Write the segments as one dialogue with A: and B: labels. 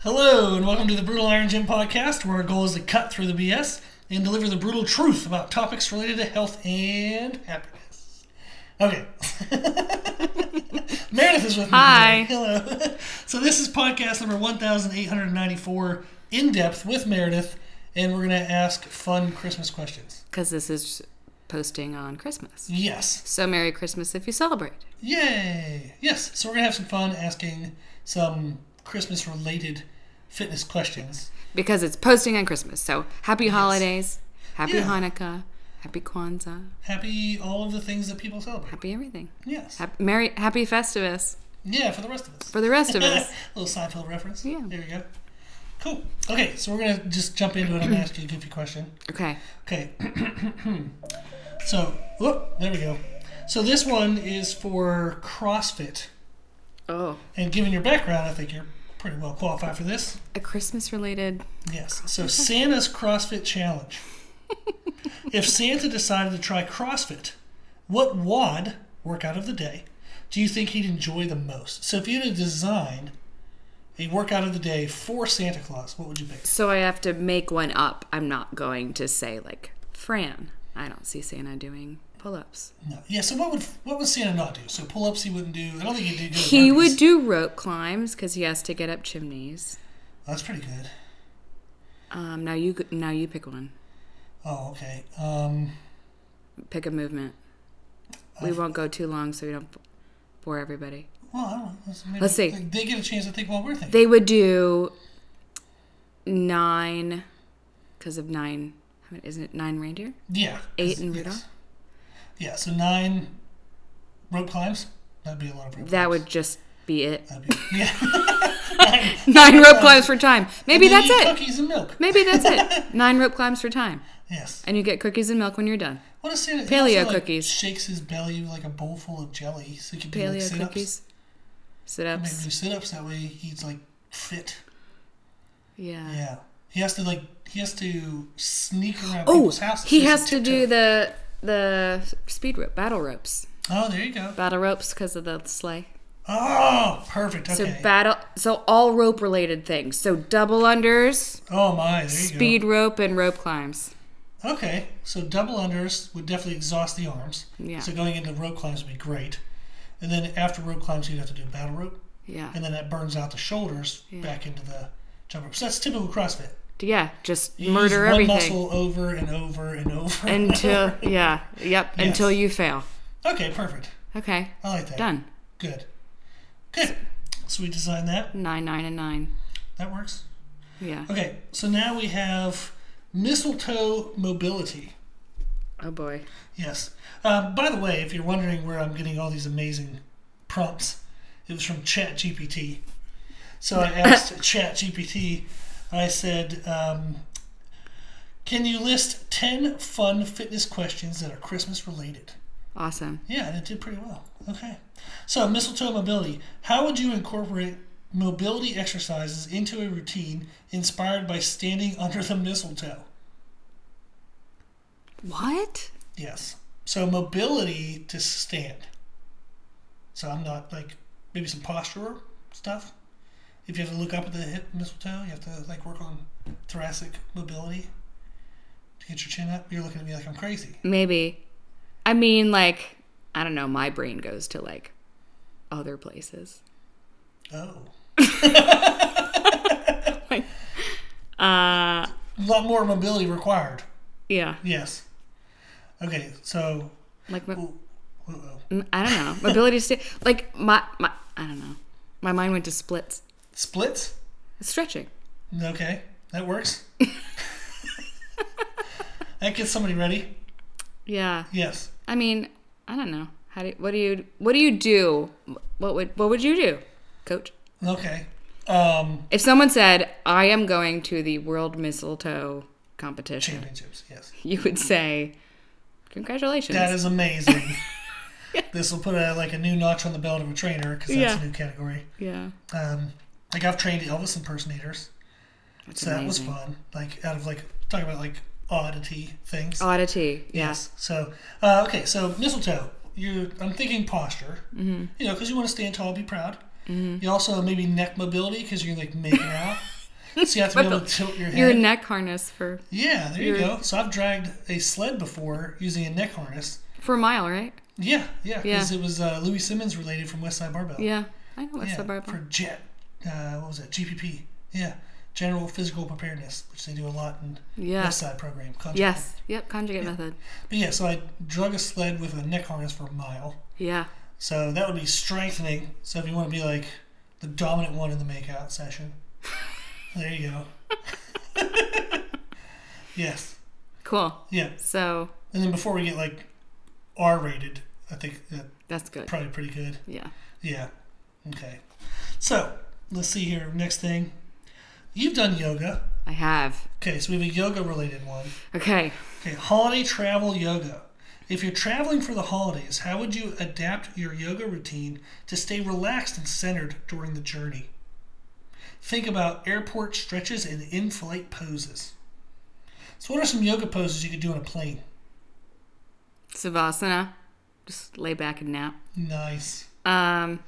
A: Hello, and welcome to the Brutal Iron Gym podcast, where our goal is to cut through the BS and deliver the brutal truth about topics related to health and happiness. Okay. Meredith is with me.
B: Hi.
A: today. Hello. so, this is podcast number 1894 in depth with Meredith, and we're going to ask fun Christmas questions.
B: Because this is posting on Christmas.
A: Yes.
B: So Merry Christmas if you celebrate.
A: Yay! Yes, so we're gonna have some fun asking some Christmas related fitness questions.
B: Because it's posting on Christmas. So happy holidays, happy
A: Yeah.
B: Hanukkah, happy Kwanzaa,
A: Happy all of the things that people celebrate.
B: happy everything.
A: Yes.
B: Happy, Merry, happy Festivus
A: Yeah, for the rest of us.
B: for the rest of us.
A: Little Seinfeld reference.
B: Yeah.
A: There you go. Cool. Okay, so we're gonna just jump into it. I'm gonna ask you a goofy question.
B: Okay.
A: Okay. so, whoop, there we go. So this one is for CrossFit,
B: Oh.
A: and given your background, I think you're pretty well qualified for this.
B: A Christmas related.
A: Yes. So Santa's CrossFit challenge. if Santa decided to try CrossFit, what WAD workout of the day do you think he'd enjoy the most? So if you had to design a workout of the day for Santa Claus, what would you pick?
B: So I have to make one up. I'm not going to say, like, Fran. I don't see Santa doing pull ups.
A: No. Yeah. So what would what would Santa not do? So pull ups he wouldn't do. I don't think he'd do. good
B: He
A: burpees.
B: would do rope climbs because he has to get up chimneys.
A: That's pretty good.
B: Um, now you g- now you pick one.
A: Oh, okay. Um,
B: pick a movement. We won't go too long so we don't b- bore everybody.
A: well, I don't know. Let's, maybe
B: Let's see.
A: They get a chance to think while we're thinking.
B: They would do nine, because of nine. how many- Isn't it nine reindeer?
A: yeah.
B: Eight
A: 'cause-
B: and
A: yes.
B: Rudolph.
A: Yeah. So nine rope climbs. That'd be a lot of rope
B: That
A: climbs.
B: would just be it.
A: That'd be- Yeah.
B: Nine rope climbs for time. Maybe that's
A: eat
B: it.
A: Cookies and milk.
B: Maybe that's it. Nine rope climbs for time,
A: Yes.
B: and you get cookies and milk when you're done.
A: What is Santa? he
B: Paleo
A: also, like,
B: cookies.
A: shakes his belly with like a bowl full of jelly, so he can do like
B: Paleo
A: sit-ups.
B: cookies, sit
A: Maybe
B: ups.
A: do sit-ups that way he's like fit.
B: Yeah.
A: Yeah. He has to like he has to sneak around
B: Oh,
A: people's houses.
B: he
A: He's a
B: has to do
A: tiptoe.
B: the the speed rope, battle ropes,
A: Oh, there you go.
B: battle ropes because of the sleigh.
A: Oh, perfect.
B: So
A: Okay.
B: battle, so all rope related things. So double unders,
A: oh my, there you
B: speed rope, and rope climbs.
A: go. Okay, so double unders would definitely exhaust the arms.
B: Yeah.
A: So going into rope climbs would be great, and then after rope climbs you'd have to do battle rope.
B: Yeah,
A: and then that burns out the shoulders
B: Yeah.
A: back into the jump rope. So that's typical CrossFit.
B: yeah, just
A: You use
B: murder
A: one
B: everything
A: muscle over and over and over. and
B: until
A: over.
B: yeah, yep,
A: Yes.
B: until you fail.
A: okay, perfect.
B: Okay,
A: I like that.
B: done.
A: Good. Good. So we designed that.
B: Nine, nine, and nine.
A: That works.
B: Yeah.
A: Okay, so now we have mistletoe mobility.
B: Oh boy.
A: Yes. Um, by the way, if you're wondering where I'm getting all these amazing prompts, it was from ChatGPT. So I asked ChatGPT, I said, um, can you list 10 fun fitness questions that are Christmas related?
B: Awesome.
A: Yeah, and it did pretty well. Okay. So, mistletoe mobility. How would you incorporate mobility exercises into a routine inspired by standing under the mistletoe?
B: What?
A: Yes. So mobility to stand. So I'm not like maybe some posture stuff. If you have to look up at the hip mistletoe, you have to like work on thoracic mobility to get your chin up. You're looking at me like I'm crazy.
B: Maybe. I mean, like, I don't know. My brain goes to like other places.
A: Oh,
B: Uh,
A: a lot more mobility required.
B: yeah.
A: Yes. Okay, so
B: Like, my,
A: ooh, uh-oh.
B: m- I don't know. My ability to stay, like, my, my, I don't know. My mind went to splits.
A: splits.
B: Stretching.
A: Okay, that works. that gets somebody ready.
B: Yeah.
A: Yes.
B: I mean, I don't know. How do what do you what do you do? What would what would you do, coach?
A: Okay. Um,
B: If someone said, "I am going to the World Mistletoe competition,"
A: championships. Yes.
B: you would say, "Congratulations."
A: That is amazing. This will put a, like a new notch on the belt of a trainer because that's
B: Yeah.
A: a new category.
B: yeah.
A: Um, like I've trained Elvis impersonators,
B: That's
A: so that was
B: amazing.
A: fun. Like out of like talking about like oddity things.
B: Oddity. Yeah.
A: Yes. So uh, okay, so mistletoe. You, I'm thinking posture.
B: Mm-hmm.
A: Mm-hmm. You know, because you want to stand tall, be proud. You also maybe neck mobility because you're like making out. So you have to be able to tilt your head.
B: Your neck harness for
A: yeah, there you
B: your-
A: go. So I've dragged a sled before using a neck harness.
B: for a mile, right?
A: Yeah, yeah, because
B: Yeah.
A: it was uh, Louis Simmons related from West Side Barbell.
B: Yeah, I know what's
A: Yeah,
B: the barbell.
A: for jet. Uh, what was that? GPP. Yeah, General Physical Preparedness, which they do a lot in
B: Yeah.
A: West Side program. Conjugate.
B: Yes. Yep. Conjugate method.
A: But yeah, so I drug a sled with a neck harness for a mile.
B: Yeah.
A: So that would be strengthening. So if you want to be like the dominant one in the makeout session, there you go. yes.
B: Cool.
A: Yeah.
B: So
A: And then before we get like R rated, I think that's
B: that's good.
A: probably pretty good.
B: Yeah.
A: Yeah. Okay. So let's see here. Next thing. You've done yoga.
B: I have.
A: Okay, so we have a yoga related one.
B: Okay.
A: Okay, holiday travel yoga. If you're traveling for the holidays, how would you adapt your yoga routine to stay relaxed and centered during the journey? Think about airport stretches and in flight poses. So, what are some yoga poses you could do on a plane?
B: Savasana. Just lay back and nap.
A: Nice.
B: Um.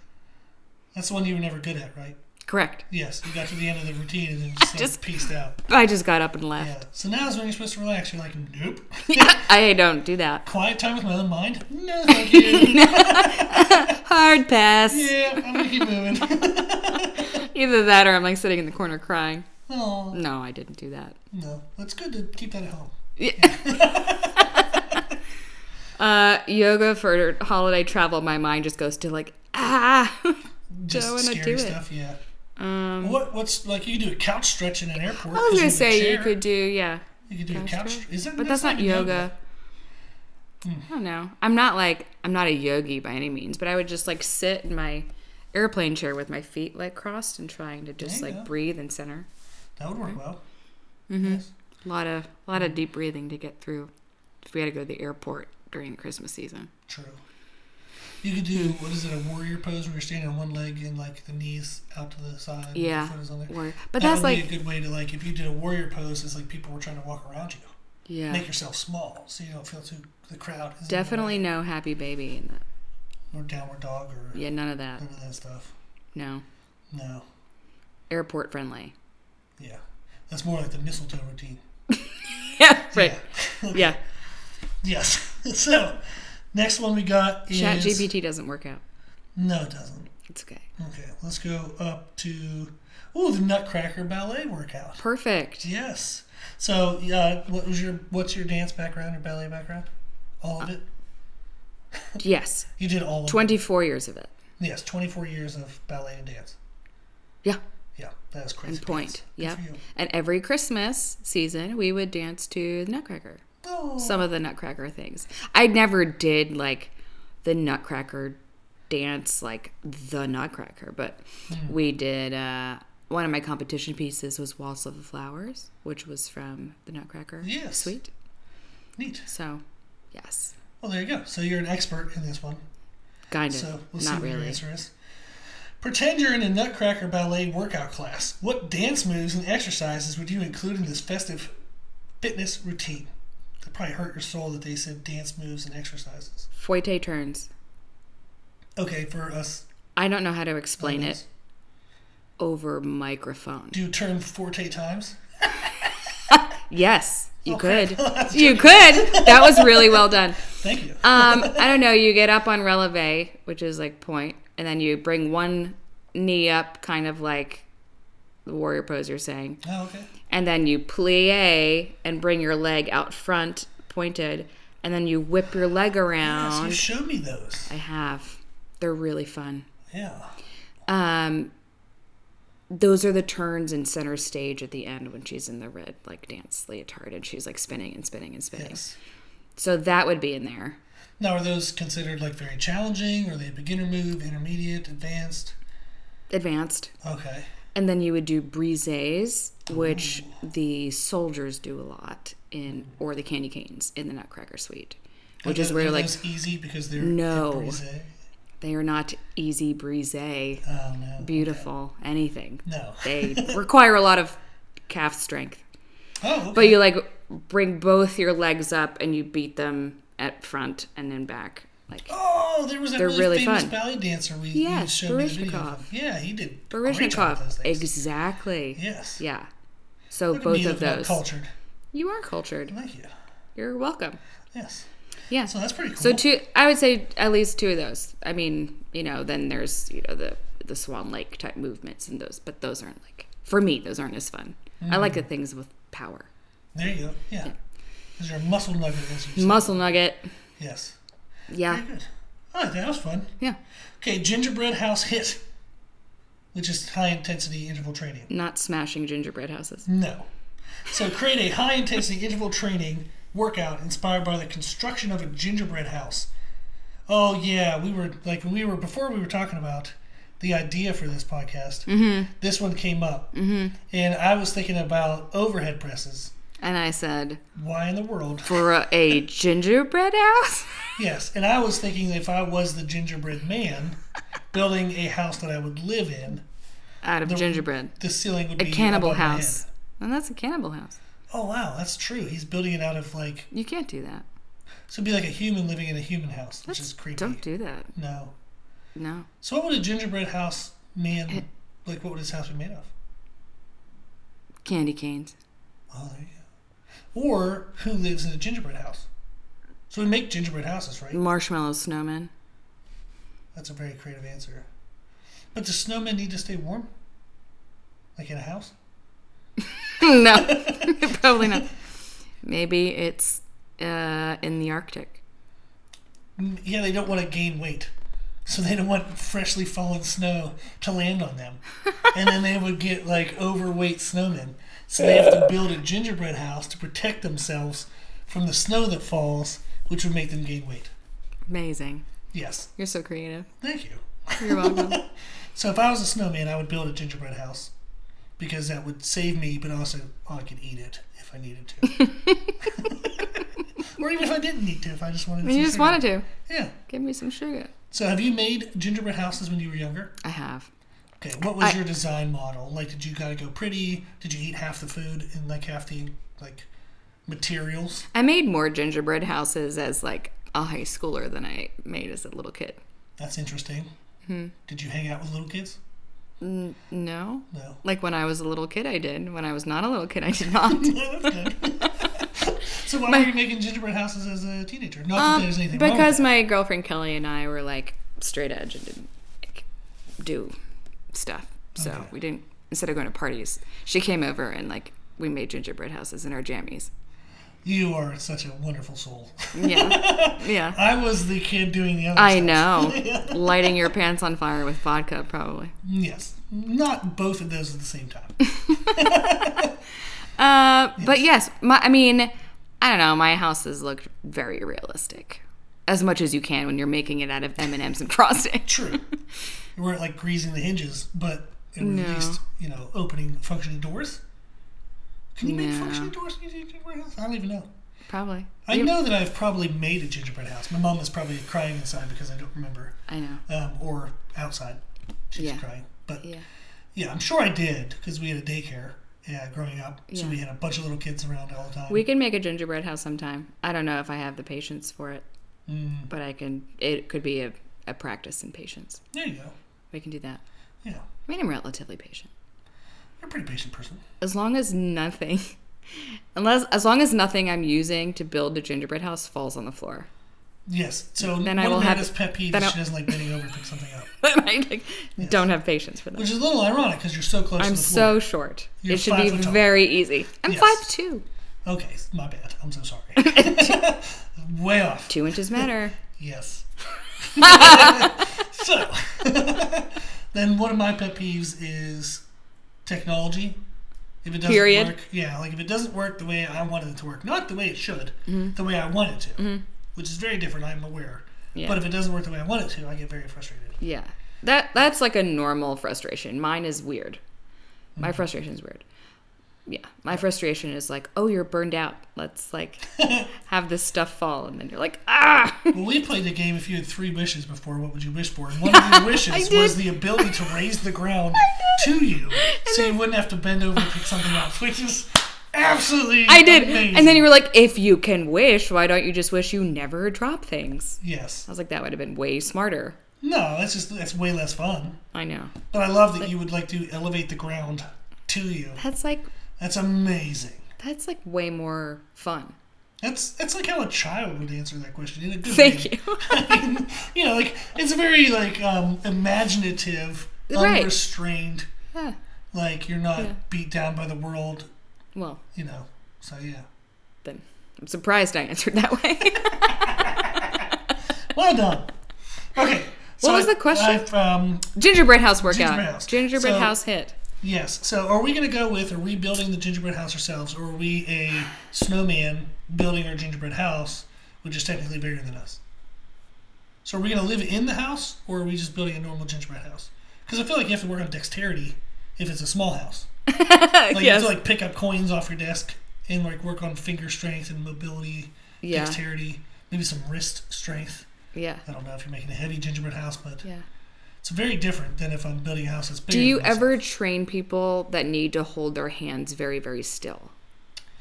A: That's the one you were never good at, right?
B: Correct.
A: Yes, you got to the end of the routine and then just, like,
B: Just-
A: pieced out.
B: I just got up and left.
A: Yeah. So now is when you're supposed to relax. You're like, nope.
B: I don't do that.
A: Quiet time with my own mind. No, thank you.
B: Hard pass.
A: yeah, I'm gonna keep moving.
B: Either that or I'm like sitting in the corner crying.
A: Oh.
B: No, I didn't do that.
A: No, it's good to keep that at home.
B: Uh, yoga for holiday travel. My mind just goes to like ah.
A: Just
B: I wanna
A: scary
B: do it.
A: stuff, yeah.
B: Um,
A: What what's like you could do a couch stretch in an airport?
B: I was
A: 'cause
B: gonna
A: you're in a
B: say you
A: chair.
B: could do yeah.
A: you could do a
B: couch
A: couch.
B: stretch.
A: Is that
B: But that's, not
A: even
B: yoga.
A: Hmm.
B: I don't know. I'm not like I'm not a yogi by any means, but I would just like sit in my airplane chair with my feet like crossed and trying to just
A: There you
B: like
A: go.
B: breathe and center.
A: That would work well.
B: Mm-hmm. A lot of a
A: Hmm.
B: lot of deep breathing to get through. If we had to go to the airport during Christmas season.
A: True. You could do
B: Hmm.
A: what is it a warrior pose where you're standing on one leg and like the knees out to the side. and the
B: Yeah.
A: foot is on there.
B: Or, but
A: that
B: that's
A: would
B: like
A: be a good way to like if you did a warrior pose, it's like people were trying to walk around you.
B: yeah.
A: Make yourself small so you don't feel too the crowd. is in the way.
B: Definitely no happy baby in that.
A: Or downward dog or
B: Yeah, none of that.
A: none of that stuff.
B: No.
A: No.
B: Airport friendly.
A: Yeah. That's more like the mistletoe routine.
B: Yeah, right. Yeah.
A: Yes. so, next one we got is
B: Chat GPT doesn't work out.
A: No, it doesn't.
B: It's okay.
A: Okay, let's go up to oh the Nutcracker ballet workout.
B: Perfect.
A: Yes. So, uh, what was your what's your dance background, your ballet background? All of it.
B: Yes.
A: You did all of
B: Uh, Twenty four years of it.
A: it. Yes, twenty four years of ballet and dance.
B: Yeah.
A: Yeah, that is crazy.
B: and point.
A: dance.
B: Yeah.
A: Good for you.
B: And every Christmas season, we would dance to the Nutcracker.
A: Oh,
B: Some of the Nutcracker things. I never did like the Nutcracker dance, like the Nutcracker, but
A: Hmm.
B: we did. Uh, one of my competition pieces was Waltz of the Flowers, which was from the Nutcracker
A: Yes.
B: suite.
A: neat.
B: So, yes,
A: Well, there you go. So you're an expert in this one.
B: kind of,
A: So we'll see
B: not
A: what your
B: really.
A: answer is. Pretend you're in a Nutcracker Ballet workout class. What dance moves and exercises would you include in this festive fitness routine? That probably hurt your soul that they said dance moves and exercises.
B: Foite turns.
A: Okay, for us,
B: I don't know how to explain
A: Yes.
B: it over microphone.
A: do you turn forte times?
B: Yes, you could. you could. That was really well done.
A: Thank you.
B: Um, I don't know. You get up on releve, which is like point, and then you bring one knee up, kind of like the warrior pose you're saying,
A: oh, okay.
B: and then you plie and bring your leg out front, pointed, and then you whip your leg
A: Yes, you
B: around.
A: showed me those.
B: I have. They're really fun.
A: Yeah.
B: Um, those are the turns in center stage at the end when she's in the red like dance leotard and she's like spinning and spinning and spinning.
A: Yes.
B: So that would be in there.
A: Now, are those considered like very challenging? Are they a beginner move, intermediate, advanced?
B: Advanced.
A: Okay.
B: And then you would do brises, which the soldiers do a lot in, or the candy canes in the Nutcracker Suite, which is
A: Are
B: where
A: Oh, those
B: like
A: easy because they're
B: No.
A: they're brisé?
B: they are not easy brise,
A: Oh no.
B: beautiful anything.
A: No.
B: They require a lot of calf strength.
A: Oh. Okay.
B: But you like bring both your legs up and you beat them at front and then back. Like
A: Oh, there was that
B: They're
A: really,
B: really
A: famous
B: fun.
A: ballet dancer we
B: Yes,
A: you showed me the video
B: Baryshnikov.
A: of. Yeah, he did. great job with
B: Baryshnikov.
A: those things.
B: Exactly.
A: Yes.
B: Yeah. So
A: Look at
B: both
A: me
B: of
A: looking all
B: those.
A: cultured.
B: You are cultured.
A: Thank you.
B: You're welcome.
A: Yes.
B: Yeah.
A: So that's pretty cool.
B: So two, I would say at least two of those. I mean, you know, then there's you know the the Swan Lake type movements and those, but those aren't like for me. Those aren't as fun. I like the things with power.
A: there you go. Yeah. Is there a muscle nugget as you said?
B: Muscle nugget.
A: Yes.
B: Yeah,
A: Very good. I like that. That was fun.
B: yeah.
A: Okay, gingerbread house hit, which is high intensity interval training.
B: Not smashing gingerbread houses.
A: No. So create a high intensity interval training workout inspired by the construction of a gingerbread house. Oh yeah, we were like we were before we were talking about the idea for this podcast. Mm-hmm. This one came up, mm-hmm. and I was thinking about overhead presses.
B: And I said
A: Why in the world?
B: for a gingerbread house.
A: Yes, and I was thinking if I was the gingerbread man, building a house that I would live in,
B: Out of gingerbread,
A: the ceiling would
B: a
A: be
B: cannibal
A: above my head.
B: house, and that's a cannibal house.
A: Oh wow, that's true. He's building it out of like
B: You can't do that.
A: So it'd be like a human living in a human house, which
B: That's-
A: is creepy.
B: Don't do that.
A: No.
B: No.
A: So what would a gingerbread house man like? What would his house be made of?
B: Candy canes.
A: Oh, there you go. Or who lives in a gingerbread house? So we make gingerbread houses, right?
B: Marshmallow snowmen.
A: That's a very creative answer. But do snowmen need to stay warm? Like in a house?
B: no, probably not. Maybe it's uh, in the Arctic.
A: Mm, Yeah, they don't want to gain weight. So they don't want freshly fallen snow to land on them. and then they would get like overweight snowmen. So they have to build a gingerbread house to protect themselves from the snow that falls, which would make them gain weight.
B: Amazing.
A: Yes.
B: You're so creative.
A: Thank you.
B: You're welcome.
A: So if I was a snowman, I would build a gingerbread house because that would save me, but also I could eat it if I needed to. or even if I didn't need to, if I just wanted to.
B: you just wanted to.
A: Yeah.
B: Give me some sugar.
A: So have you made gingerbread houses when you were younger?
B: I have.
A: Okay, what was
B: I-
A: your design model? Like, did you gotta go pretty? Did you eat half the food and like half the like materials?
B: I made more gingerbread houses as like a high schooler than I made as a little kid.
A: That's interesting.
B: Hmm.
A: Did you hang out with little kids?
B: N- no.
A: No.
B: Like when I was a little kid, I did. When I was not a little kid, I did not.
A: No, that's good. so why were you making gingerbread houses as a teenager? Not that there's
B: Um,
A: anything
B: because
A: wrong
B: my girlfriend Kelly and I were like straight edge and didn't like, do stuff. So
A: Okay.
B: we didn't. Instead of going to parties, she came over and like we made gingerbread houses in our jammies.
A: with it. You are such a wonderful soul.
B: Yeah, yeah.
A: I was the kid doing the other
B: I
A: stuff.
B: know. Lighting your pants on fire with vodka, probably.
A: Yes. Not both of those at the same time.
B: Uh, but yes, my. I mean, I don't know. My houses looked very realistic, as much as you can when you're making it out of M and M's and frosting.
A: True. You weren't like greasing the hinges, but it were at
B: No.
A: least, you know, opening functioning doors. Can you make
B: No.
A: functioning doors in a gingerbread house? I don't even know.
B: Probably.
A: I know that I've probably made a gingerbread house. My mom is probably crying inside because I don't remember,
B: I know.
A: um, or outside. She's
B: Yeah.
A: crying. But yeah.
B: Yeah.
A: I'm sure I did because we had a daycare yeah, growing up. So
B: Yeah.
A: we had a bunch of little kids around all the time.
B: We can make a gingerbread house sometime. I don't know if I have the patience for it,
A: Mm.
B: but I can. It could be a, a practice in patience.
A: there you go.
B: We can do that.
A: Yeah.
B: I mean, I'm relatively patient.
A: You're a pretty patient person.
B: As long as nothing, unless as long as nothing I'm using to build a gingerbread house falls on the floor,
A: Yes. So
B: Then I
A: one
B: will
A: of
B: have-
A: Meredith's pet peeves
B: then
A: is
B: I-
A: she doesn't like bending over to pick something up.
B: then I like, don't have patience for that.
A: Which is a little ironic because you're so close
B: I'm
A: to the floor.
B: so short.
A: You're
B: it should be
A: five foot tall.
B: very easy. I'm
A: Yes.
B: five two.
A: Okay, my bad. I'm so sorry. Way off.
B: Two inches matter.
A: Yes. so, then one of my pet peeves is technology. If it doesn't
B: Period.
A: work, yeah, like if it doesn't work the way I wanted it to work, not the way it should,
B: Mm-hmm.
A: the way I want it to, which is very different. I'm aware.
B: Yeah.
A: But if it doesn't work the way I want it to, I get very frustrated.
B: Yeah. That that's like a normal frustration. Mine is weird.
A: Mm.
B: My frustration is weird. Yeah. My frustration is like, "Oh, you're burned out. Let's like have this stuff fall." And then you're like, "Ah."
A: Well, we played the game. If you had three wishes before, what would you wish for? And one of your wishes was
B: did.
A: the ability to raise the ground to you, so you wouldn't have to bend over to pick something up, which is absolutely.
B: I did.
A: amazing.
B: And then you were like, "If you can wish, why don't you just wish you never drop things?"
A: yes,
B: I was like, "That would have been way smarter."
A: no, that's just that's way less fun.
B: I know.
A: But I love that you would like to elevate the ground to you.
B: That's like
A: That's amazing.
B: That's like way more fun.
A: That's that's like how a child would answer that question in a good way.
B: Thank you.
A: I mean, you know, like it's very like um, imaginative,
B: Right.
A: unrestrained.
B: Yeah.
A: Like you're not
B: Yeah.
A: beat down by the world,
B: Well,
A: you know. So yeah,
B: then I'm surprised I answered that way.
A: well done. Okay. so
B: was
A: I-
B: the question?
A: I've, um,
B: gingerbread house workout.
A: Gingerbread
B: Gingerbread
A: house.
B: house,
A: So-
B: hit.
A: yes. So are we gonna go with are we building the gingerbread house ourselves, or are we a snowman building our gingerbread house, which is technically bigger than us? So are we gonna live in the house, or are we just building a normal gingerbread house? Because I feel like you have to work on dexterity if it's a small house. Like
B: yes.
A: you have to like pick up coins off your desk and like work on finger strength and mobility,
B: yeah.
A: dexterity, maybe some wrist strength.
B: Yeah.
A: I don't know if you're making a heavy gingerbread house, but
B: Yeah.
A: it's very different than if I'm building a house that's bigger.
B: Do you
A: than myself.
B: ever train people that need to hold their hands very, very still?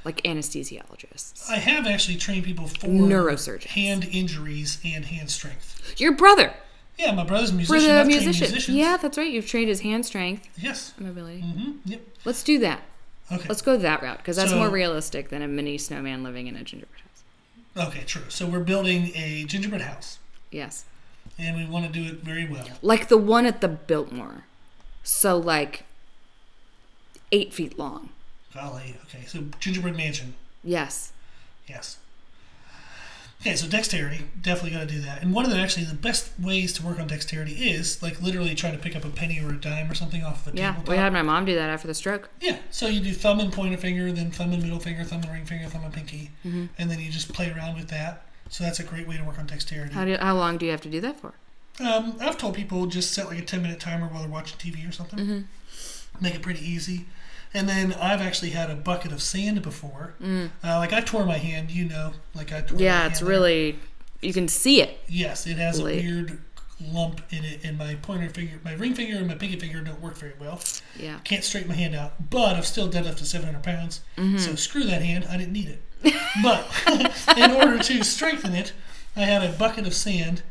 B: Like anesthesiologists.
A: I have actually trained people for
B: Neurosurgeons.
A: hand injuries and hand strength.
B: Your brother
A: Yeah, my brother's a
B: for
A: musician.
B: the
A: I've trained
B: musician.
A: musicians.
B: Yeah, that's right. You've trained his hand strength
A: Yes.
B: and mobility.
A: hmm Yep.
B: Let's do that.
A: Okay.
B: Let's go that route because that's
A: So-
B: more realistic than a mini snowman living in a gingerbread house.
A: Okay. True. So we're building a gingerbread house,
B: Yes.
A: and we want to do it very well.
B: Like the one at the Biltmore. So, like eight feet long.
A: Golly. Okay. So gingerbread mansion.
B: Yes.
A: Yes. Okay, so dexterity, definitely got to do that. And one of the actually the best ways to work on dexterity is like literally trying to pick up a penny or a dime or something off of a
B: Yeah.
A: tabletop.
B: We had my mom do that after the stroke.
A: yeah, so you do thumb and pointer finger, then thumb and middle finger, thumb and ring finger, thumb and pinky,
B: Mm-hmm.
A: and then you just play around with that. So that's a great way to work on dexterity.
B: How, do, how long do you have to do that for?
A: Um, I've told people just set like a 10 minute timer while they're watching TV or something.
B: Mm-hmm.
A: Make it pretty easy. And then I've actually had a bucket of sand before. Uh, like I tore my hand, you know, like I tore my
B: Mm. Yeah, it's
A: hand there.
B: really you can see it.
A: Yes, it has
B: Blade.
A: a weird lump in it, and my pointer finger, my ring finger, and my pinky finger don't work very well.
B: Yeah.
A: Can't straighten my hand out, but I've still deadlifted 700 pounds, so screw that hand. I didn't need it. But in order to strengthen it, I had a bucket of sand,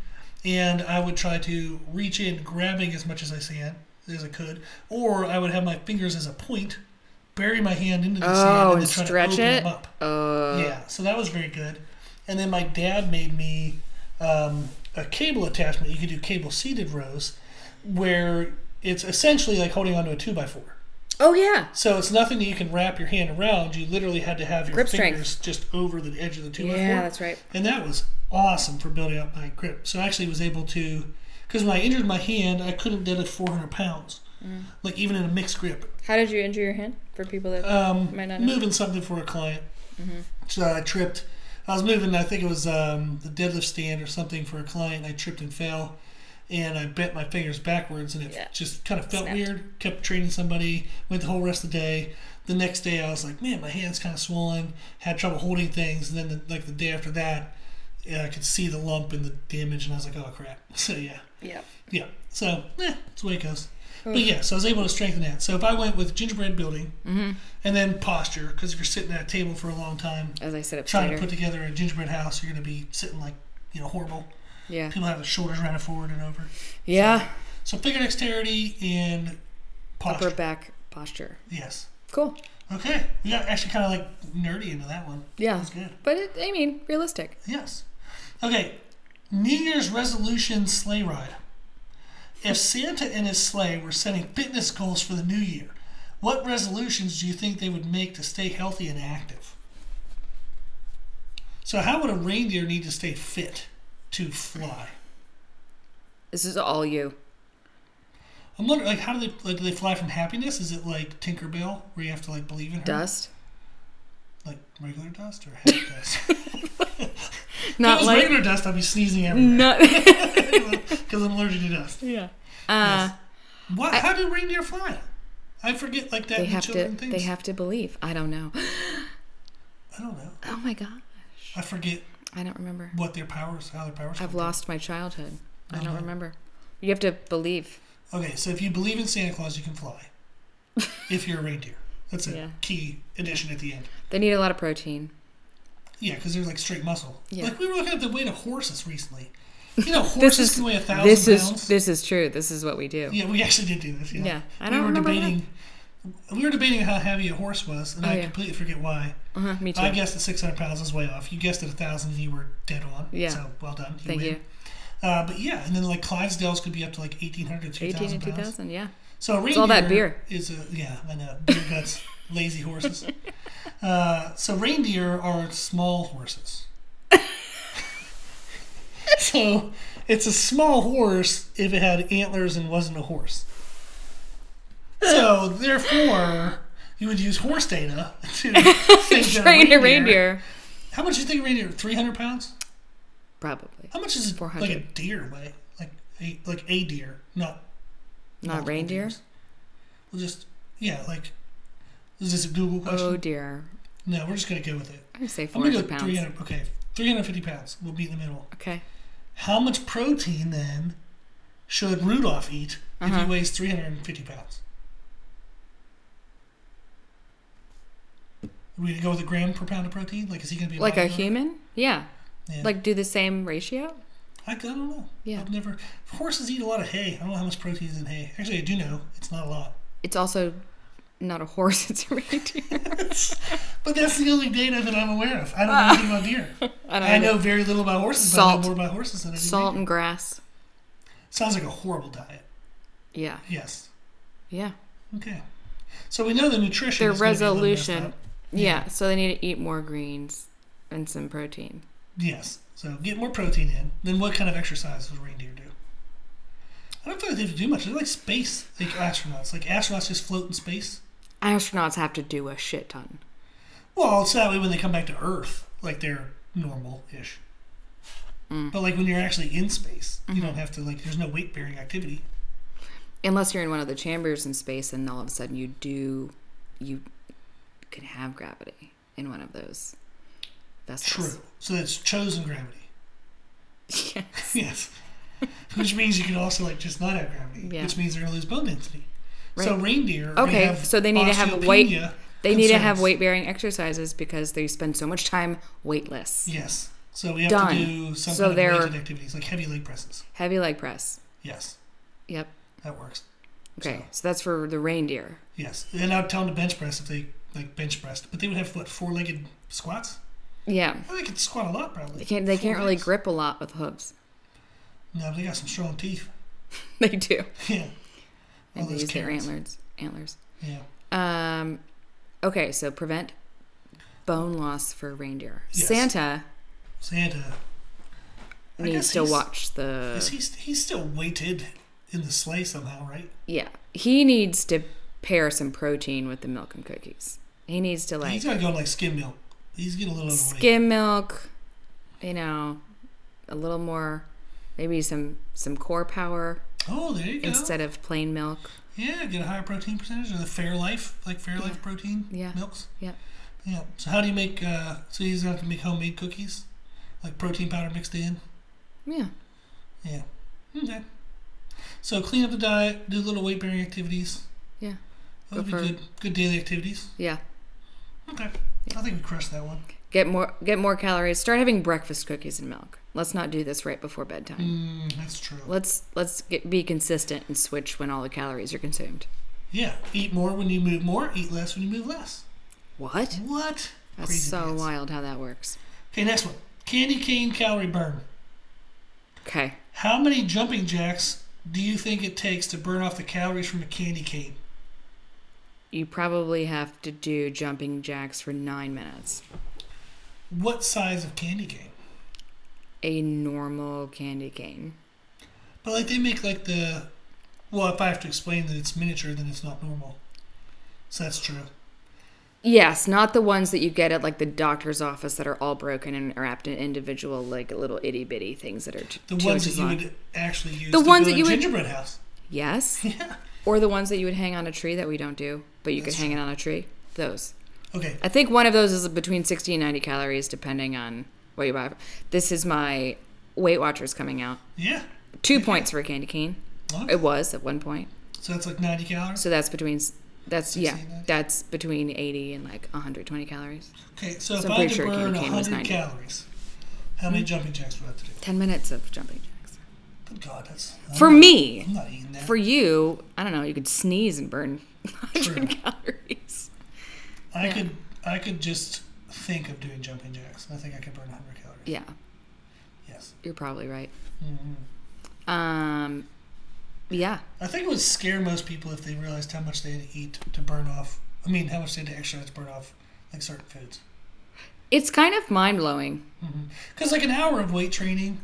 A: and I would try to reach in, grabbing as much as I can, as I could, or I would have my fingers as a point, bury my hand into the sand,
B: Oh,
A: and
B: and
A: then try
B: stretch
A: to open
B: it.
A: them up.
B: Uh,
A: Yeah, so that was very good. And then my dad made me um, a cable attachment. You could do cable seated rows, where it's essentially like holding onto a two by four.
B: Oh yeah.
A: So it's nothing that you can wrap your hand around. You literally had to have your
B: Grip strength.
A: fingers just over the edge of the two by
B: Yeah,
A: four.
B: that's right.
A: And that was awesome for building up my grip. So I actually was able to, because when I injured my hand, I couldn't deadlift 400 pounds,
B: Mm.
A: like even in a mixed grip.
B: How did you injure your hand? For people that
A: um,
B: Might not know.
A: moving something for a client.
B: Mm-hmm.
A: So I tripped. I was moving. I think it was um, the deadlift stand or something for a client. and I tripped and fell, and I bent my fingers backwards, and it
B: Yeah.
A: just kind of felt
B: Snapped.
A: weird. Kept training somebody. Went the whole rest of the day. The next day, I was like, man, my hand's kind of swollen. Had trouble holding things, and then the, like the day after that, yeah, I could see the lump and the damage, and I was like, oh crap. So yeah.
B: yeah.
A: Yeah. So, eh, that's the way it goes. But yeah, so I was able to strengthen that. So if I went with gingerbread building and then posture, because if you're sitting at a table for a long time
B: As I said up
A: trying
B: later.
A: to put together a gingerbread house, you're going to be sitting like, you know, horrible.
B: yeah.
A: People have their shoulders rounded forward and over.
B: Yeah.
A: So figure dexterity and posture.
B: Upper back posture.
A: Yes.
B: Cool.
A: Okay. We got actually kind of like nerdy into that one.
B: Yeah.
A: That's good.
B: But it, I mean, realistic.
A: Yes. Okay. New Year's resolution sleigh ride. If Santa and his sleigh were setting fitness goals for the new year, what resolutions do you think they would make to stay healthy and active? So, how would a reindeer need to stay fit to fly?
B: This is all you.
A: I'm wondering, like, how do they like? Do they fly from happiness? Is it like Tinkerbell, where you have to like believe in her,
B: Dust.
A: like regular dust or happy dust? if it
B: Not
A: was
B: like
A: regular dust, I'd be sneezing everywhere
B: not.
A: because I'm allergic to dust.
B: yeah. Uh,
A: What? how do reindeer fly? I forget like that.
B: they
A: in
B: have to.
A: children Things.
B: They have to believe. I don't know.
A: I don't know.
B: Oh my god.
A: I forget
B: I don't remember.
A: what their powers, how their powers.
B: I've
A: come
B: lost my childhood. I don't
A: Uh-huh.
B: remember. You have to believe.
A: from. Okay, so if you believe in Santa Claus, you can fly. if you're a reindeer, that's a
B: Yeah.
A: key addition at the end.
B: They need a lot of protein.
A: Yeah, because they're like straight muscle.
B: Yeah.
A: Like we were looking at the weight of horses recently. You know,
B: This
A: horses
B: is
A: can weigh a thousand
B: this
A: pounds.
B: is this is true. This is what we do.
A: yeah, we actually did do this. Yeah,
B: Yeah, I
A: we
B: don't
A: were
B: remember that.
A: debating we were debating how heavy a horse was, and
B: Oh,
A: I
B: yeah.
A: completely forget why.
B: Uh-huh, me too.
A: I guessed that 600 pounds was way off. You guessed at 1,000 and you were dead on.
B: Yeah.
A: So well done. You
B: Thank
A: win.
B: you.
A: Uh, but yeah, and then like Clydesdales could be up to like 1,800,
B: 18
A: 2,000
B: and
A: pounds.
B: 2000, yeah.
A: So a reindeer
B: all that beer.
A: is a yeah, I know beer guts, lazy horses. Uh, so reindeer are small horses. so it's a small horse if it had antlers and wasn't a horse. So therefore, you would use horse data to think that
B: Train a reindeer.
A: How much do you think a reindeer? Three hundred pounds.
B: Probably.
A: How much is it, like a
B: 400.
A: deer weigh? Like a, like a deer, not
B: Not
A: multiple
B: reindeer?
A: deers. We'll just yeah, like is this a Google question?
B: Oh dear.
A: no, we're just gonna go with it.
B: I would say
A: I'm gonna go
B: 400 pounds.
A: 300. Okay, 350 pounds. We'll be in the middle.
B: Okay.
A: How much protein then should Rudolph eat if
B: Uh-huh.
A: he weighs 350 pounds? Are we gonna go with a gram per pound of protein? Like, is he gonna be
B: Like a
A: bodybuilder?
B: human? Yeah.
A: Yeah.
B: Like do the same ratio?
A: I, I don't know.
B: Yeah.
A: I've never. Horses eat a lot of hay. I don't know how much protein is in hay. Actually, I do know. It's not a lot.
B: It's also not a horse, it's a reindeer.
A: But that's the only data that I'm aware of. I don't know anything about deer.
B: I don't
A: I
B: know.
A: know very little about horses, but I
B: Salt.
A: know more about horses than I do.
B: Salt
A: deer.
B: and grass.
A: Sounds like a horrible diet.
B: Yeah.
A: Yes.
B: Yeah.
A: Okay. So we know the nutrition.
B: Their
A: is gonna be a little messed
B: resolution.
A: up.
B: Yeah. So they need to eat more greens and some protein.
A: Yes. So get more protein in. Then what kind of exercise does reindeer do? I don't feel like they have to do much. They're like space, like astronauts. Like astronauts just float in space.
B: Astronauts have to do a shit ton.
A: Well, it's that way when they come back to Earth, like they're normal-ish.
B: Mm.
A: But like when you're actually in space, you
B: Mm-hmm.
A: don't have to like. There's no weight-bearing activity.
B: Unless you're in one of the chambers in space and all of a sudden you do you can have gravity in one of those vessels.
A: True. So that's chosen gravity.
B: Yeah.
A: Yes. Which means you can also like just not have gravity,
B: Yeah.
A: which means they're gonna lose bone density. So
B: Right.
A: reindeer. are
B: Okay,
A: gonna have
B: so they need to have weight-
A: osteopenia
B: They need to have
A: concerns.
B: weight bearing exercises because they spend so much time weightless.
A: Yes. So we have
B: Done.
A: to do some
B: So
A: kind of
B: they're-
A: weighted activities like heavy leg presses.
B: Heavy leg press.
A: Yes,
B: Yep.
A: that works.
B: Okay. So, that's for the reindeer.
A: Yes, and I'd tell them to bench press if they like bench pressed, but they would have what four legged squats.
B: Yeah.
A: Well, they could squat a lot probably.
B: They can't they
A: Four
B: can't really
A: legs.
B: grip a lot with hooves.
A: No, they got some strong teeth.
B: they do.
A: yeah. All
B: And they
A: those
B: use their
A: carrots.
B: antlers antlers.
A: Yeah.
B: Um, okay, so prevent bone loss for reindeer.
A: Yes.
B: Santa
A: Santa. I
B: needs
A: guess
B: to
A: he's-
B: watch the.
A: Is he st- he's still weighted in the sleigh somehow, right?
B: yeah, he needs to pair some protein with the milk and cookies. He needs to like
A: He's gotta go on like skim milk. He's getting a little overweight.
B: skim milk, you know, a little more, maybe some some core power
A: Oh, there you go.
B: instead of plain milk.
A: yeah, get a higher protein percentage or the Fairlife, like Fairlife protein
B: Yeah.
A: milks.
B: Yeah.
A: Yeah. So how do you make? Uh, so he's gonna have to make homemade cookies, like protein powder mixed in.
B: Yeah,
A: Yeah.
B: Hmm.
A: Okay. So clean up the diet, do little weight bearing activities.
B: yeah,
A: Those would
B: Go
A: be
B: for-
A: good. Good daily activities.
B: yeah.
A: Okay. I think we crushed that one.
B: Get more get more calories. Start having breakfast cookies and milk. Let's not do this right before bedtime.
A: Mm, that's true.
B: Let's let's get, be consistent and switch when all the calories are consumed.
A: Yeah. Eat more when you move more. Eat less when you move less.
B: What?
A: What?
B: That's
A: Crazy
B: so
A: pants.
B: wild how that works.
A: Okay, next one. Candy cane calorie burn.
B: Okay.
A: How many jumping jacks do you think it takes to burn off the calories from a candy cane?
B: You probably have to do jumping jacks for 9 minutes.
A: What size of candy cane?
B: A normal candy cane.
A: But like they make like the well, if I have to explain that it's miniature, then it's not normal. So that's true.
B: Yes, not the ones that you get at like the doctor's office that are all broken and are wrapped in individual like little itty bitty things that are t-
A: The
B: two
A: ones that
B: inches
A: you
B: long.
A: would actually use.
B: The
A: to build
B: ones that
A: a
B: you would-
A: gingerbread house.
B: Yes,
A: Yeah.
B: or the ones that you would hang on a tree that we don't do, but you
A: That's
B: could hang it on a tree. Those.
A: Okay.
B: I think one of those is between 60 and 90 calories, depending on what you buy. This is my Weight Watchers coming out.
A: Yeah.
B: Two points for a candy cane.
A: Huh?
B: It was at one point.
A: So that's like ninety calories.
B: So that's between, that's, yeah,
A: 60, 90.
B: that's between 80 and like 120 calories.
A: Okay. So,
B: So
A: if
B: I'm
A: I
B: pretty
A: had to
B: sure
A: burn
B: candy cane was
A: hundred
B: 90. Hmm?
A: calories, how many jumping jacks would I have to do?
B: 10 minutes of jumping jacks.
A: Good God, that's.
B: For me,
A: I'm not eating that.
B: for you, I don't know. You could sneeze and burn 100 calories.
A: I could I could just think of doing jumping jacks. and I think I could burn 100 calories.
B: Yeah,
A: Yes. Mm-hmm.
B: you're probably right. Um, yeah,
A: I think it would scare most people if they realized how much they had to eat to burn off. I mean, how much they had to exercise to burn off like certain foods.
B: it's kind of mind blowing.
A: Because Mm-hmm. like an hour of weight training,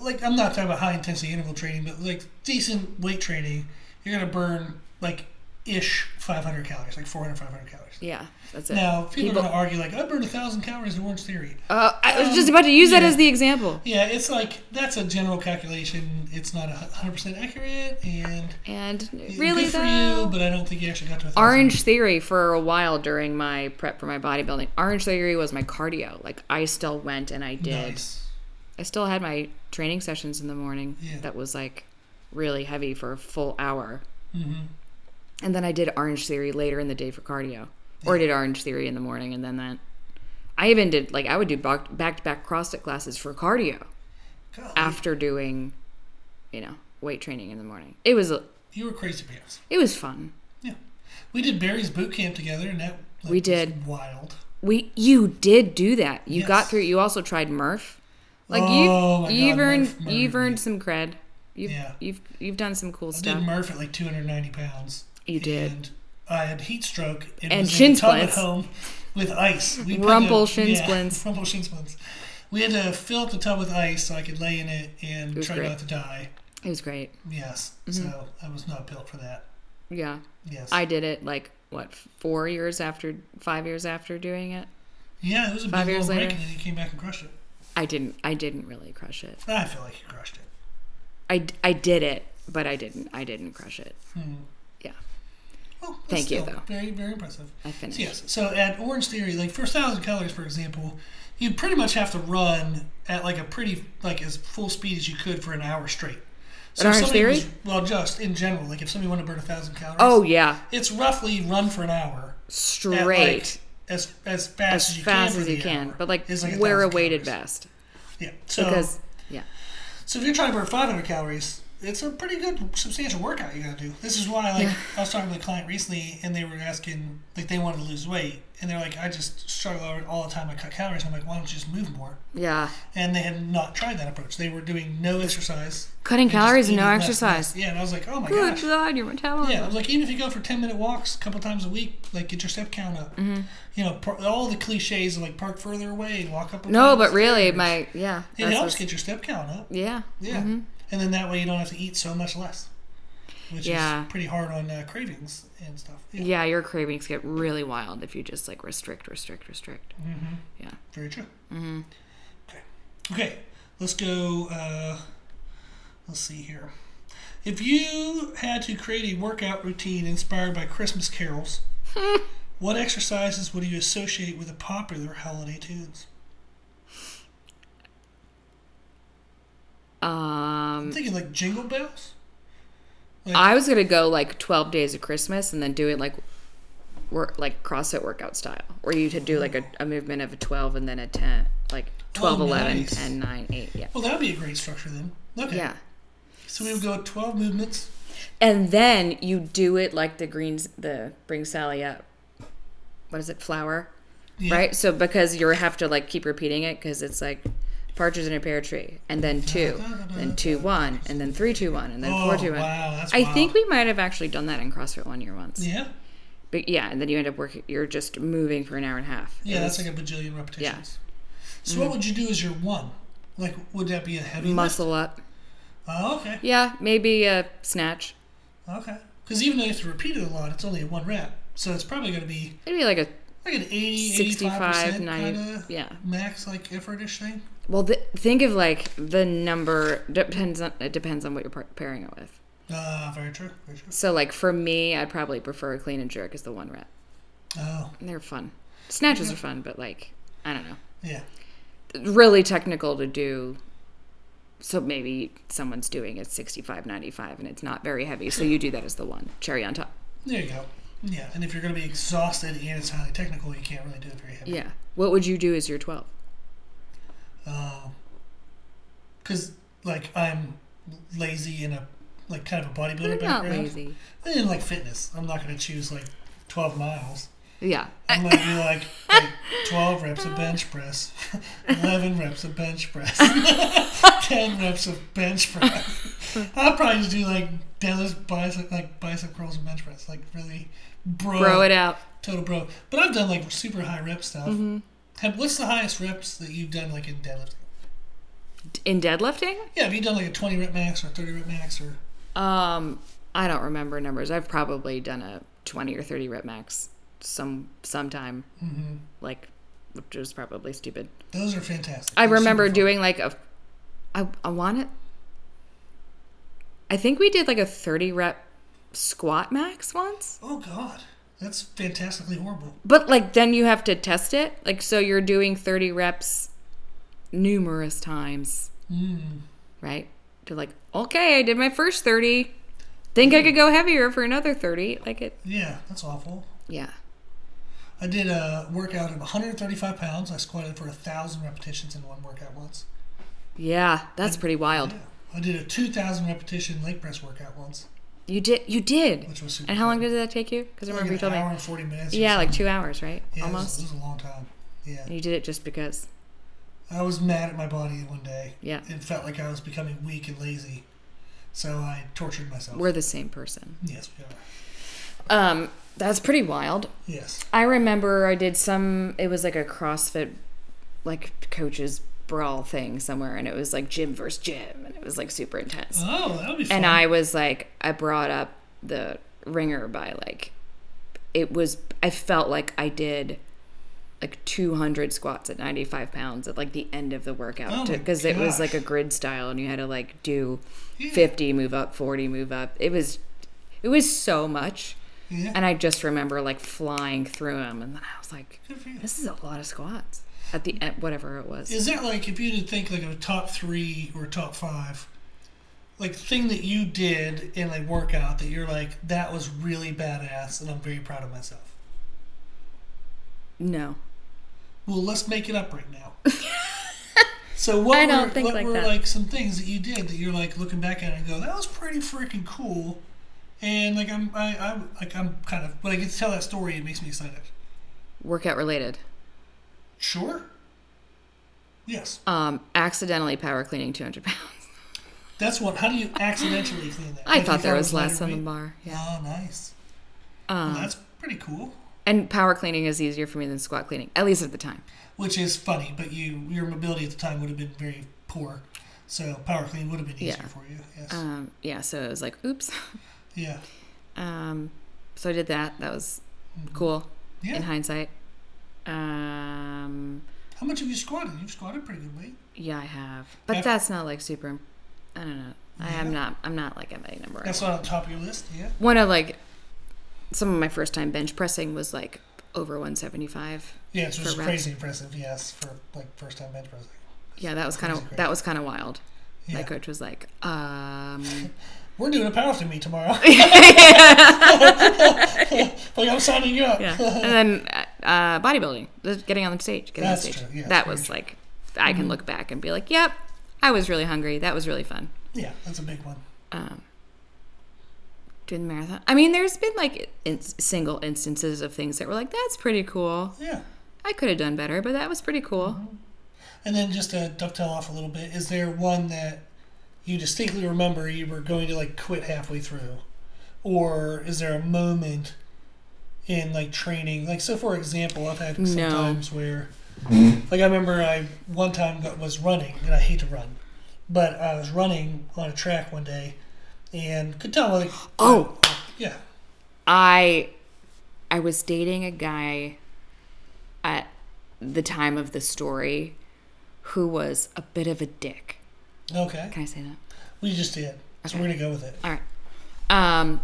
A: like I'm not talking about high intensity interval training, but like decent weight training, you're gonna burn like ish 500 calories, like 400 500 calories.
B: Yeah, that's it.
A: Now people,
B: People-
A: are gonna argue like I burned a thousand calories in Orange Theory.
B: Uh, I was just about to use that
A: Um, yeah.
B: as the example.
A: Yeah, it's like that's a general calculation. It's not 100 percent accurate, and
B: And really,
A: good for
B: though,
A: you, but I don't think you actually got to a thousand.
B: Orange Theory for a while during my prep for my bodybuilding. Orange Theory was my cardio. Like I still went and I did.
A: Nice.
B: I still had my training sessions in the morning.
A: Yeah.
B: That was like really heavy for a full hour.
A: Mm-hmm.
B: And then I did Orange Theory later in the day for cardio, or I did Orange Theory in the morning, and then that. I even did like I would do back to back CrossFit classes for cardio
A: Golly,
B: after doing, you know, weight training in the morning. It was it
A: you were crazy pants.
B: was fun.
A: Yeah, we did Barry's boot camp together, and that like,
B: We did.
A: was wild.
B: We you did do that. You got
A: Yes.
B: through. You also tried Murph. Like
A: Oh
B: you've
A: my
B: you've
A: God,
B: earned
A: Murph murdered
B: you've earned
A: me.
B: some cred. You've,
A: Yeah.
B: you've you've done some cool
A: I did
B: stuff.
A: Murph at like 290 pounds.
B: You did.
A: And I had heat stroke and,
B: And
A: was in a
B: shin
A: tub at
B: splints.
A: home with ice. We
B: Rumple
A: put
B: shin splints.
A: Rumple shin splints. We had to fill up the tub with ice so I could lay in it and
B: was
A: try
B: great.
A: not to die.
B: It was great.
A: Yes. So I was not built for that.
B: Yeah,
A: Yes.
B: I did it like what four years after, five years after doing it.
A: yeah, it was a
B: Five
A: big
B: years
A: little break,
B: later.
A: and then you came back and crushed it.
B: I didn't. I didn't really crush it.
A: I feel like you crushed it.
B: I d- I did it, but I didn't. I didn't crush it.
A: Hmm.
B: Yeah,
A: Well, but
B: Thank you,
A: still,
B: though.
A: Very, very impressive.
B: I finished.
A: Yes. So at Orange Theory, like for thousand calories, for example, you pretty much have to run at like a pretty like as full speed as you could for an hour straight. So
B: At
A: if
B: Orange
A: somebody
B: Theory?
A: was- well, just in general, like if somebody wanted to burn a thousand calories,
B: Oh yeah,
A: it's roughly run for an hour.
B: straight.
A: at, like, as as fast
B: as
A: as you
B: fast
A: can.
B: as
A: for
B: you
A: the
B: can,
A: hour
B: but like,
A: is, a
B: wear a
A: 1,000
B: weighted
A: calories.
B: vest
A: Yeah. So
B: because yeah,
A: so if you're trying to burn 500 calories, it's a pretty good substantial workout you gotta do. This is why, like, I was talking to a client recently, and they were asking, like, they wanted to lose weight, and they're like, I just struggle all- all the time. I cut calories. I'm like, why don't you just move more?
B: yeah.
A: And they had not tried that approach. They were doing no exercise,
B: Cutting calories
A: just
B: and no
A: eating less
B: exercise.
A: Yeah, and I was like, oh my
B: Good
A: gosh.
B: God, your metabolism.
A: Yeah, I was like, even if you go for 10 minute walks a couple times a week, like, get your step count up.
B: Mm-hmm.
A: You know, par- all the cliches of like park further away and walk up. a
B: No,
A: flight of
B: but really,
A: stairs.
B: my yeah.
A: it
B: that's
A: helps
B: what's-
A: get your step count up.
B: yeah.
A: Yeah. And then that way you don't have to eat so much less, which
B: Yeah.
A: is pretty hard on uh, cravings and stuff. Yeah,
B: Yeah, your cravings get really wild if you just like restrict, restrict, restrict. Yeah.
A: very true. Mm-hmm. Okay. Okay. Let's go. Uh, let's see here. If you had to create a workout routine inspired by Christmas carols, what exercises would you associate with the popular holiday tunes?
B: Um,
A: I'm thinking like Jingle Bells.
B: I was gonna go like twelve days of Christmas and then do it like work like CrossFit workout style, where you could do like a, a movement of a twelve and then a ten, like 12, 11,
A: Oh, nice.
B: 10, 9, 8. Yeah.
A: Well, that would be a great structure then. Okay.
B: Yeah.
A: So we would go 12 movements.
B: And then you do it like the greens, the bring Sally up. What is it? Flower,
A: Yeah.
B: right? So because you have to like keep repeating it because it's like partridge in a pear tree, and then two, then two one, and then three two one, and then
A: Oh,
B: four two one.
A: wow, that's
B: I
A: wild.
B: think we might have actually done that in CrossFit one year once.
A: Yeah.
B: But yeah, and then you end up working. You're just moving for an hour and a half.
A: Yeah,
B: It
A: that's
B: was
A: like a bajillion repetitions. So what would you do as your one? Like, would that be a heavy lift?
B: muscle up.
A: Oh, okay,
B: Yeah, maybe a snatch.
A: okay. Because even though you have to repeat it a lot, it's only a one rep, so it's probably going to be
B: It'd be like a
A: like an 80, 85
B: 65,
A: percent
B: 90.
A: kind of
B: Yeah.
A: max like effortish thing.
B: Well, th- think of like the number depends on it depends on what you're par- pairing it with.
A: Ah, very true, very true.
B: So like for me, I'd probably prefer a clean and jerk as the one rep.
A: Oh,
B: And they're fun. Snatches are fun, but like I don't know,
A: yeah,
B: really technical to do. So maybe someone's doing it 65, 95, and it's not very heavy. So you do that as the one cherry on top.
A: there you go. Yeah, and if you're going to be exhausted and it's highly technical, you can't really do it very heavy.
B: Yeah. What would you do as your twelve?
A: because Um, like I'm lazy and a like kind of a bodybuilder
B: They're not
A: background.
B: lazy.
A: I didn't like fitness. I'm not going to choose like 12 miles.
B: Yeah.
A: I'm going to do like, like 12 reps of bench press, 11 reps of bench press, 10 reps of bench press. I'll probably just do like deadlift, bicep, like bicep curls and bench press, like really bro,
B: Throw it out.
A: total bro. But I've done like super high rep stuff.
B: Mm-hmm.
A: Have, what's the highest reps that you've done like in deadlifting?
B: In deadlifting?
A: Yeah, have you done like a 20 rep max or a 30 rep max or
B: Um, I don't remember numbers. I've probably done a 20 or 30 rep max some sometime.
A: Mm-hmm.
B: Like which is probably stupid.
A: those are fantastic.
B: I
A: They're super
B: remember
A: fun.
B: doing like a I I want it I think we did like a 30 rep squat max once.
A: Oh God, that's fantastically horrible.
B: But like then you have to test it. Like so you're doing 30 reps numerous times. Right? To like, okay, I did my first 30. Think I could go heavier for another 30. Like it
A: Yeah, that's awful.
B: yeah.
A: I did a workout of 135 pounds. I squatted for a thousand repetitions in one workout once.
B: Yeah, that's pretty wild.
A: Yeah, I did a 2,000 repetition leg press workout once,
B: You did you did.
A: which was super.
B: And how long
A: fun.
B: did that take you? Cuz I
A: Like
B: remember you
A: an
B: told
A: hour
B: me
A: and 40 minutes. or
B: Yeah, like
A: something.
B: 2 hours, right?
A: Yeah, it was-
B: Almost.
A: It was, a long time. Yeah,
B: And you did it just because.
A: I was mad at my body one day.
B: Yeah.
A: It felt like I was becoming weak and lazy, so I tortured myself.
B: We're the same person.
A: yes, we are.
B: Um, that's pretty wild.
A: Yes.
B: I remember I did some it was like a CrossFit like coaches brawl thing somewhere and it was like gym versus gym and it was like super intense.
A: Oh, that would be fun.
B: and I was like I brought up the ringer by like it was I felt like I did like 200 squats at 95 pounds at like the end of the
A: Oh
B: workout
A: my
B: because it was
A: gosh.
B: like a grid style and you had to like do
A: Yeah.
B: 50 move up 40 move up it was it was so much
A: yeah.
B: and I just remember like flying through them and then I was like
A: Good for you.
B: this is a lot of squats at the end whatever it was
A: Is that like if you did think like a top three or top five, like thing that you did in a workout that you're like that was really badass and I'm very proud of myself.
B: no
A: Well, let's make it up right now. so what
B: I don't
A: were,
B: think
A: what
B: like
A: were
B: that.
A: like some things that you did that you're like looking back at it and go that was pretty freaking cool, and like I'm I, I like I'm kind of when I get to tell that story it makes me excited.
B: workout related
A: Sure. Yes,
B: um accidentally power cleaning 200 pounds
A: that's one. How do you accidentally clean that?
B: I
A: Like, you
B: thought there
A: it
B: was
A: lighter
B: less on the
A: weight?
B: bar. Yeah.
A: Oh, nice. well,
B: Um,
A: that's pretty cool.
B: and power cleaning is easier for me than squat cleaning, at least at the time.
A: Which is funny, but you your mobility at the time would have been very poor, so power clean would have been easier
B: Yeah.
A: for you. Yes.
B: Um, yeah. So it was like, oops.
A: yeah.
B: Um, so I did that. That was cool
A: Yeah.
B: in hindsight. Um,
A: How much have you squatted? You've squatted pretty good weight.
B: yeah, I have, but
A: I've-
B: that's not like super. I don't know. I am
A: Yeah.
B: not. I'm not like at any number.
A: That's not on top of your list. Yeah.
B: One of like, some of my first time bench pressing was like over 175.
A: Yeah, it's just
B: reps.
A: crazy impressive. Yes, for like first time bench pressing.
B: Yeah, that was kind
A: Crazy,
B: of
A: crazy.
B: that was kind of wild.
A: Yeah.
B: My coach was like, um,
A: We're doing a powerlifting meet tomorrow. like I'm signing you up.
B: yeah. and then uh, bodybuilding, just getting on the stage, getting
A: That's
B: on stage.
A: true. Yeah,
B: that
A: it's Mm-hmm.
B: was like, I can look back and be like, yep, I was really hungry. That was really fun.
A: Yeah, that's a big one.
B: Um, doing the marathon. I mean, there's been like in- single instances of things that were like, that's pretty cool.
A: Yeah.
B: I could have done better, but that was pretty cool.
A: Mm-hmm. And then just to dovetail off a little bit, is there one that you distinctly remember you were going to like quit halfway through? Or is there a moment in like training? Like so for example, I've had some
B: No.
A: times where like I remember I one time got, was running and I hate to run. But I was running on a track one day and could tell like
B: Oh,
A: yeah.
B: I I was dating a guy at the time of the story who was a bit of a dick.
A: Okay.
B: Can I say that?
A: We just did. So we're gonna go with it.
B: All right. Um,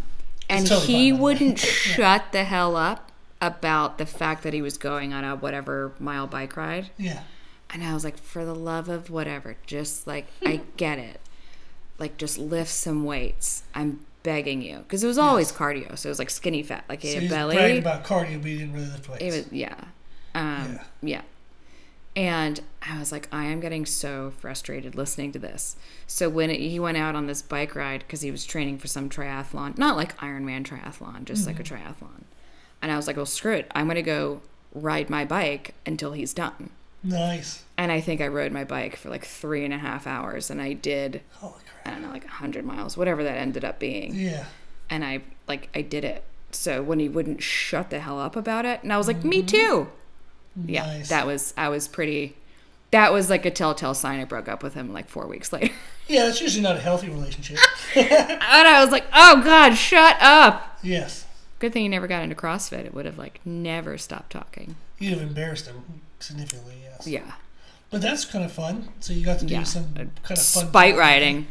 B: and
A: It's totally
B: he
A: fine, by the way.
B: wouldn't shut the hell up about the fact that he was going on a whatever mile bike ride.
A: Yeah.
B: And I was like, for the love of whatever, just like, I
A: Hmm.
B: get it. Like, just lift some weights. I'm begging you. Because it was always cardio. So it was like skinny fat, like
A: So
B: a
A: he's
B: belly.
A: bragging about cardio but he didn't really lift weights.
B: It was yeah. Um, yeah. And I was like, I am getting so frustrated listening to this. So when it, he went out on this bike ride because he was training for some triathlon, not like Ironman triathlon, just like a triathlon. And I was like, well, screw it. I'm going to go ride my bike until he's done.
A: Nice.
B: And I think I rode my bike for like three and a half hours and I did,
A: Holy
B: I
A: crap.
B: don't know, like 100 miles, whatever that ended up being
A: Yeah.
B: and I like I did it. So when he wouldn't shut the hell up about it, and I was like, "Me too." Yeah,
A: Mm-hmm. Nice.
B: that was I was pretty. That was like a telltale sign I broke up with him like four weeks later,
A: Yeah, that's usually not a healthy relationship.
B: and I was like, "Oh God, shut up!"
A: yes.
B: Good thing he never got into CrossFit. It would have like never stopped talking.
A: You'd have embarrassed him significantly, yes.
B: Yeah,
A: But that's kind of fun. So you got to do
B: Yeah. Uh,
A: some kind of fun.
B: spite riding,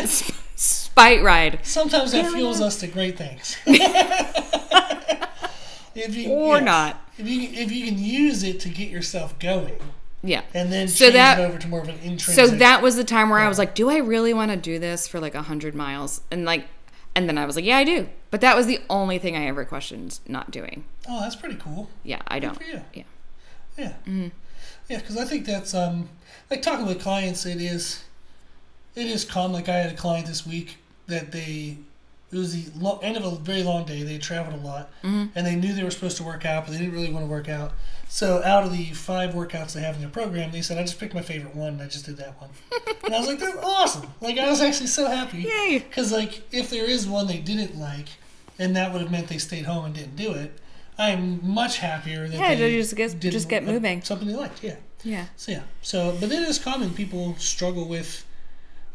A: Eh,
B: spite ride,
A: sometimes that fuels us to great things. if you,
B: or
A: yes.
B: not.
A: If you, if you can use it to get yourself going
B: Yeah.
A: and then
B: So
A: change
B: that-
A: it over to more of an intrinsic.
B: So that was the time where I was like, do I really want to do this for like 100 miles? And like, and then I was like, yeah, I do. But that was the only thing I ever questioned not doing.
A: Oh, that's pretty cool.
B: Yeah, I don't.
A: for you.
B: Yeah.
A: Yeah. Yeah, because I think that's um like talking with clients. It is, it is common. Like I had a client this week that they it was the lo- end of a very long day. They had traveled a lot, and they knew they were supposed to work out, but they didn't really want to work out. So out of the five workouts they have in their program, they said, "I just picked my favorite one. and I just did that one," and I was like, "That's awesome!" Like I was actually so happy.
B: Yay.
A: Because like, if there is one they didn't like, and that would have meant they stayed home and didn't do it, I am much happier that
B: Yeah,
A: they
B: just get-
A: did
B: just get
A: a-
B: moving.
A: Something they liked, yeah.
B: Yeah.
A: So yeah, so but it is common. People struggle with,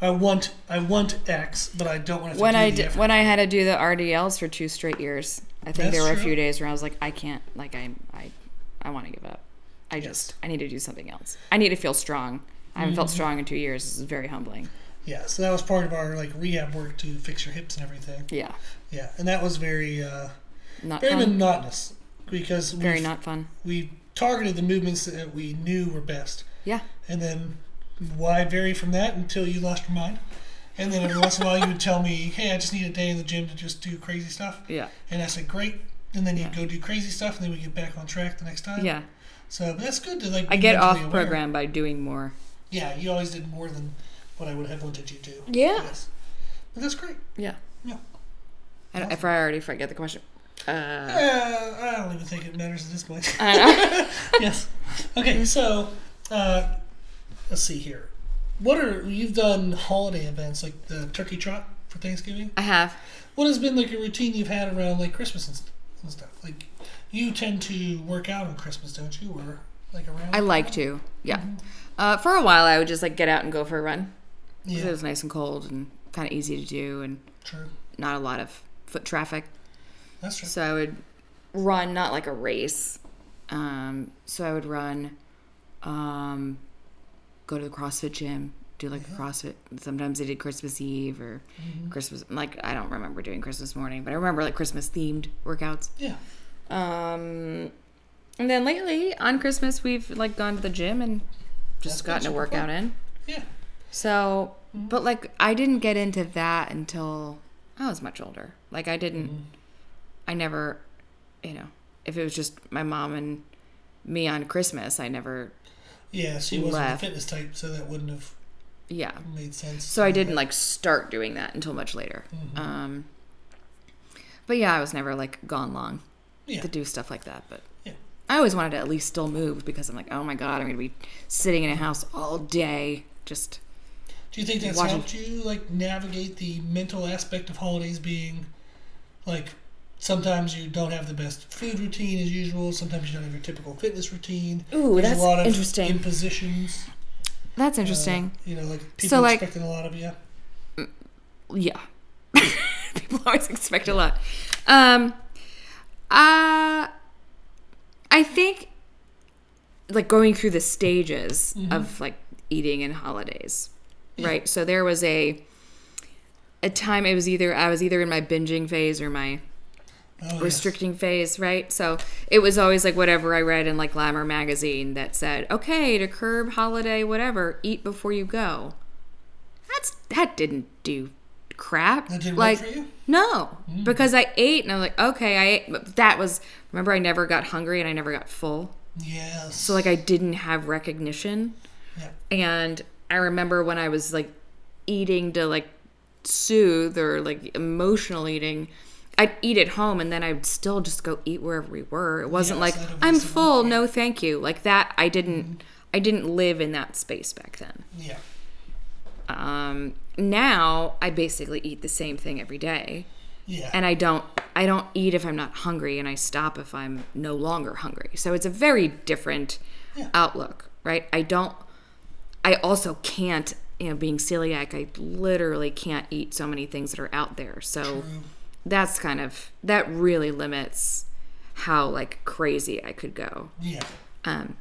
A: I want, I want X, but I don't want to.
B: When
A: do
B: I
A: the
B: did,
A: effort."
B: when I had to do the RDLs for two straight years, I think there
A: That's
B: were a
A: true.
B: few days where I was like, I can't, like, I, I, I want to give up. I
A: Yes.
B: just, I need to do something else. I need to feel strong. I haven't felt strong in two years. This is very humbling.
A: yeah, so that was part of our like rehab work to fix your hips and everything.
B: Yeah.
A: Yeah, and that was very, uh,
B: Not
A: very
B: fun.
A: monotonous because
B: Um, Very
A: we
B: not fun.
A: we targeted the movements that we knew were best,
B: Yeah.
A: and then why vary from that until you lost your mind. And then every once in a while, you would tell me, "Hey, I just need a day in the gym to just do crazy stuff."
B: Yeah.
A: And I said, "Great." And then you
B: Yeah.
A: go do crazy stuff, and then we get back on track the next time.
B: Yeah.
A: So but that's good to like.
B: I
A: be
B: get off
A: mentally aware.
B: program by doing more.
A: Yeah, you always did more than what I would have wanted you to.
B: Yeah.
A: Yes. But that's great.
B: Yeah.
A: Yeah.
B: I don't, if I already forget the question. Uh,
A: Uh, I don't even think it matters at this point.
B: I don't know.
A: yes. Okay, so uh, let's see here. What are you've done holiday events like the turkey trot for Thanksgiving?
B: I have.
A: What has been like a routine you've had around like Christmas and, st- and stuff? Like you tend to work out on Christmas, don't you? Or like around?
B: I like to. Yeah. Uh, for a while, I would just like get out and go for a run. 'cause It
A: Yeah.
B: was nice and cold and kind of easy to do, and
A: True.
B: not a lot of foot traffic.
A: That's true.
B: So I would run, not like a race. Um, so I would run, um, go to the CrossFit gym, do like a CrossFit. Sometimes I did Christmas Eve or Christmas. Like I don't remember doing Christmas morning, but I remember like Christmas themed workouts.
A: Yeah.
B: Um, and then lately on Christmas we've like gone to the gym and
A: That's
B: just
A: good,
B: gotten a
A: super Mm-hmm.
B: workout in.
A: Yeah.
B: So, but like I didn't get into that until I was much older. Like I didn't,
A: Mm-hmm.
B: I never, you know, if it was just my mom and me on Christmas, I never,
A: Yeah, she wasn't
B: left.
A: a fitness type, so that wouldn't have
B: yeah.
A: made sense.
B: So I didn't like start doing that until much later.
A: Mm-hmm.
B: Um, but yeah, I was never like gone long
A: Yeah.
B: to do stuff like that. But
A: Yeah.
B: I always wanted to at least still move because I'm like, oh my god, I'm gonna be sitting in a house all day just
A: Do you think that's
B: Watching-
A: helped you like navigate the mental aspect of holidays being like sometimes you don't have the best food routine as usual, sometimes you don't have your typical fitness routine.
B: Ooh,
A: There's
B: that's
A: a lot of
B: interesting.
A: impositions.
B: That's
A: uh,
B: interesting.
A: you know, like people
B: So, like-
A: expecting a lot of you.
B: yeah people always expect a lot um uh i think like going through the stages of like eating and holidays right so there was a a time it was either i was either in my binging phase or my
A: Oh,
B: restricting phase, right? So it was always like whatever I read in like Glamour magazine that said, "Okay, to curb holiday whatever, eat before you go." That's that didn't do crap.
A: That didn't work
B: like
A: for you? Hmm.
B: no, because I ate and I was like, "Okay, I ate." But that was remember I never got hungry and I never got full.
A: Yes.
B: So like I didn't have recognition.
A: Yeah.
B: And I remember when I was like eating to like soothe or like emotional eating, I'd eat at home and then I'd still just go eat wherever we were. It wasn't
A: Yeah,
B: like
A: so Mm-hmm. that
B: I'm
A: wasn't-
B: full, no thank you. Like that I didn't I didn't live in that space back then.
A: yeah.
B: Um now I basically eat the same thing every day
A: Yeah.
B: and I don't I don't eat if I'm not hungry and I stop if I'm no longer hungry. So it's a very different
A: Yeah.
B: outlook, right? I don't I also can't, you know, being celiac, I literally can't eat so many things that are out there. So
A: True.
B: that's kind of that really limits how like crazy I could go.
A: yeah.
B: Um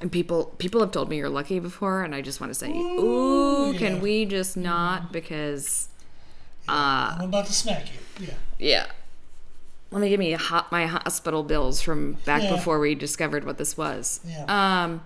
B: and people people have told me you're lucky before and I just want to say, "Ooh, can
A: yeah.
B: we just not because uh
A: I'm about to smack you. Yeah.
B: yeah. Let me give me a ho- my hospital bills from back
A: Yeah.
B: before we discovered what this was.
A: Yeah.
B: Um,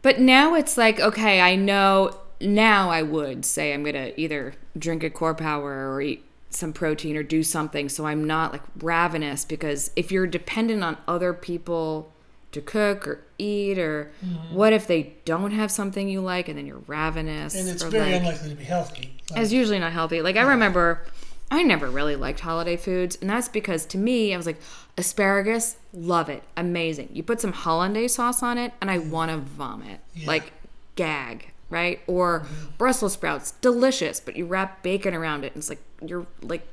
B: but now it's like, okay, I know now I would say I'm going to either drink a core power or eat some protein or do something. So I'm not like ravenous because if you're dependent on other people to cook or eat, or
A: Mm-hmm.
B: what if they don't have something you like and then you're ravenous?
A: and it's
B: or,
A: very
B: like-
A: unlikely to be healthy. Like,
B: it's usually not healthy. Like I remember, I never really liked holiday foods, and that's because to me, I was like, asparagus, love it, amazing. You put some hollandaise sauce on it, and I want to vomit,
A: Mm. Yeah. Mm-hmm.
B: like gag, right? Or Brussels sprouts, delicious, but you wrap bacon around it, and it's like you're like,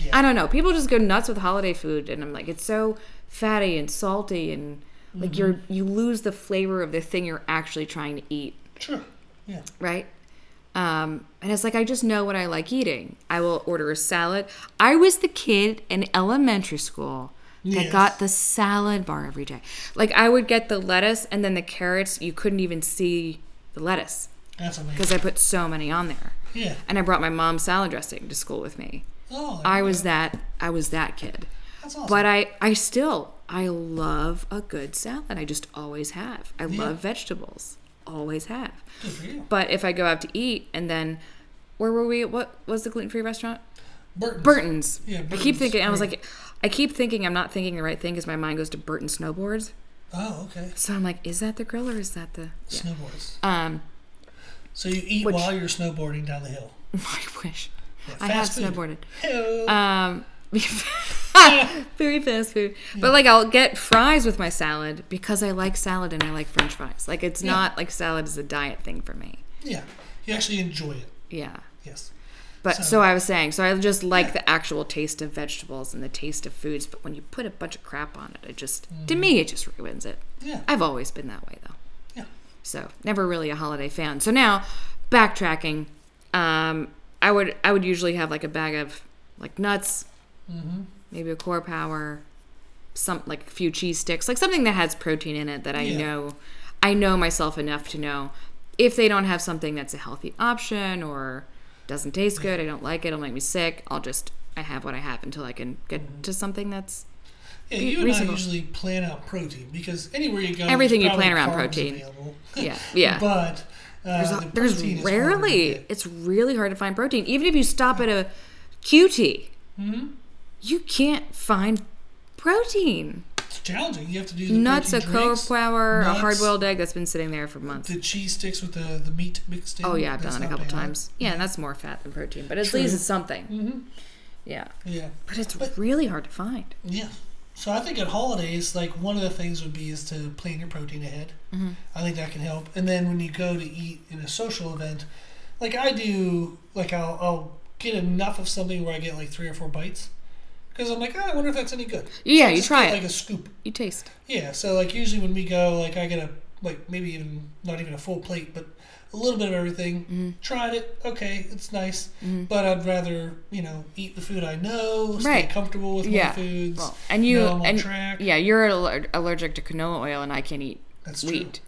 A: Yeah.
B: I don't know. People just go nuts with holiday food, and I'm like, it's so fatty and salty, and
A: Mm-hmm.
B: like you're you lose the flavor of the thing you're actually trying to eat
A: sure. Yeah.
B: right? Um, and it's like I just know what I like eating. I will order a salad. I was the kid in elementary school that
A: Yes.
B: got the salad bar every day. Like I would get the lettuce and then the carrots. You couldn't even see the lettuce
A: That's amazing.
B: because I put so many on there.
A: Yeah.
B: And I brought my mom's salad dressing to school with me.
A: Oh, there
B: I
A: you
B: was
A: go.
B: that. I was that kid.
A: That's awesome.
B: But I, I still, I love a good salad. I just always have. I love vegetables. Always have.
A: Good for you.
B: But if I go out to eat and then where were we? What was the gluten free restaurant?
A: Burton.
B: Burton's.
A: Yeah,
B: I keep
A: Burton's,
B: thinking I was like I keep thinking I'm not thinking the right thing because my mind goes to Burton snowboards.
A: Oh, okay.
B: So I'm like, is that the grill or is that the yeah.
A: Snowboards.
B: um
A: So you eat
B: Which-
A: while you're snowboarding down the hill.
B: I wish.
A: Yeah,
B: I have
A: fast food.
B: snowboarded.
A: Hello.
B: Um very fast food. But like I'll get fries with my salad because I like salad and I like french fries. Like it's not like salad is a diet thing for me.
A: yeah. You actually enjoy it.
B: Yeah.
A: Yes.
B: But so,
A: So-
B: I was saying, so I just like the actual taste of vegetables and the taste of foods, but when you put a bunch of crap on it, it just to me it just ruins it.
A: Yeah.
B: I've always been that way though.
A: Yeah.
B: So never really a holiday fan. So now backtracking, um, I would I would usually have like a bag of like nuts,
A: Mm-hmm.
B: maybe a core power, some like a few cheese sticks, like something that has protein in it that I
A: Yeah.
B: know I know myself enough to know if they don't have something that's a healthy option or doesn't taste good, I don't like it, it'll make me sick, I'll just I have what I have until I can get
A: Mm-hmm.
B: to something that's
A: Yeah,
B: Be
A: you and
B: reasonable.
A: I usually plan out protein because anywhere you go,
B: Everything
A: there's
B: you plan
A: probably
B: around
A: carbs
B: protein.
A: Available.
B: yeah, yeah.
A: But uh,
B: there's,
A: the
B: there's
A: protein is harder to
B: rarely
A: get.
B: it's really hard to find protein even if you stop at a QT
A: Mhm.
B: you can't find protein
A: It's challenging. You have to do the
B: nuts a
A: protein
B: core
A: drinks,
B: flour a
A: nuts.
B: hard-boiled egg that's been sitting there for months
A: the cheese sticks with the, the meat mixed in.
B: oh yeah i've done
A: That's
B: that a
A: not
B: couple
A: bad.
B: times yeah and that's more fat than protein but at
A: True.
B: least it's something
A: Mhm.
B: yeah
A: Yeah,
B: but it's
A: But-
B: really hard to find
A: yeah. So I think at holidays, like one of the things would be is to plan your protein ahead.
B: Mhm.
A: I think that can help. And then when you go to eat in a social event, like I do, like I'll, I'll get enough of something where I get like three or four bites, because I'm like, "Ah, I wonder if that's any good.
B: yeah
A: I
B: you
A: just
B: try
A: get,
B: it
A: like a scoop.
B: you taste
A: Yeah, so like usually when we go, like I get a like maybe even not even a full plate, but a little bit of everything.
B: Mm-hmm.
A: Tried it, okay, it's nice, but I'd rather you know eat the food I know, stay
B: Right.
A: comfortable with
B: yeah
A: my foods,
B: well, and you
A: know I'm on
B: and
A: track.
B: yeah you're aller- allergic to canola oil and i can't eat
A: That's
B: wheat
A: true.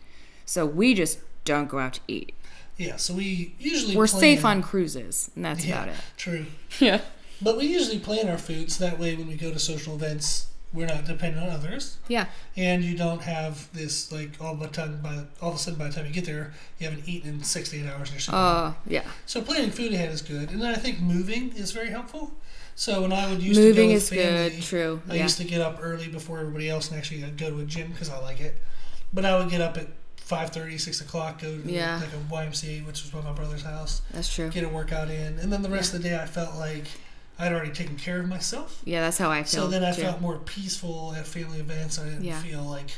B: so we just don't go out to eat
A: Yeah, so we usually
B: We're
A: plan-
B: safe on cruises, and that's
A: yeah,
B: about it.
A: True,
B: Yeah.
A: but we usually plan our foods that way. When we go to social events, we're not dependent on others,
B: Yeah.
A: and you don't have this like all of a sudden by all of a sudden by the time you get there, you haven't eaten in six to eight hours and you're still
B: Uh, yeah.
A: So planning food ahead is good, and then I think moving is very helpful. So when I would used
B: Moving
A: to go
B: is
A: with family,
B: good. True.
A: I
B: yeah.
A: used to get up early before everybody else and actually go to a gym because I like it. But I would get up at 5.30, 6 o'clock, go to
B: Yeah.
A: like a YMCA, which was by my brother's house,
B: That's true.
A: get a workout in. And then the rest of the day I felt like I'd already taken care of myself.
B: Yeah, that's how I feel.
A: So then I
B: too.
A: felt more peaceful at family events. I didn't
B: Yeah.
A: feel like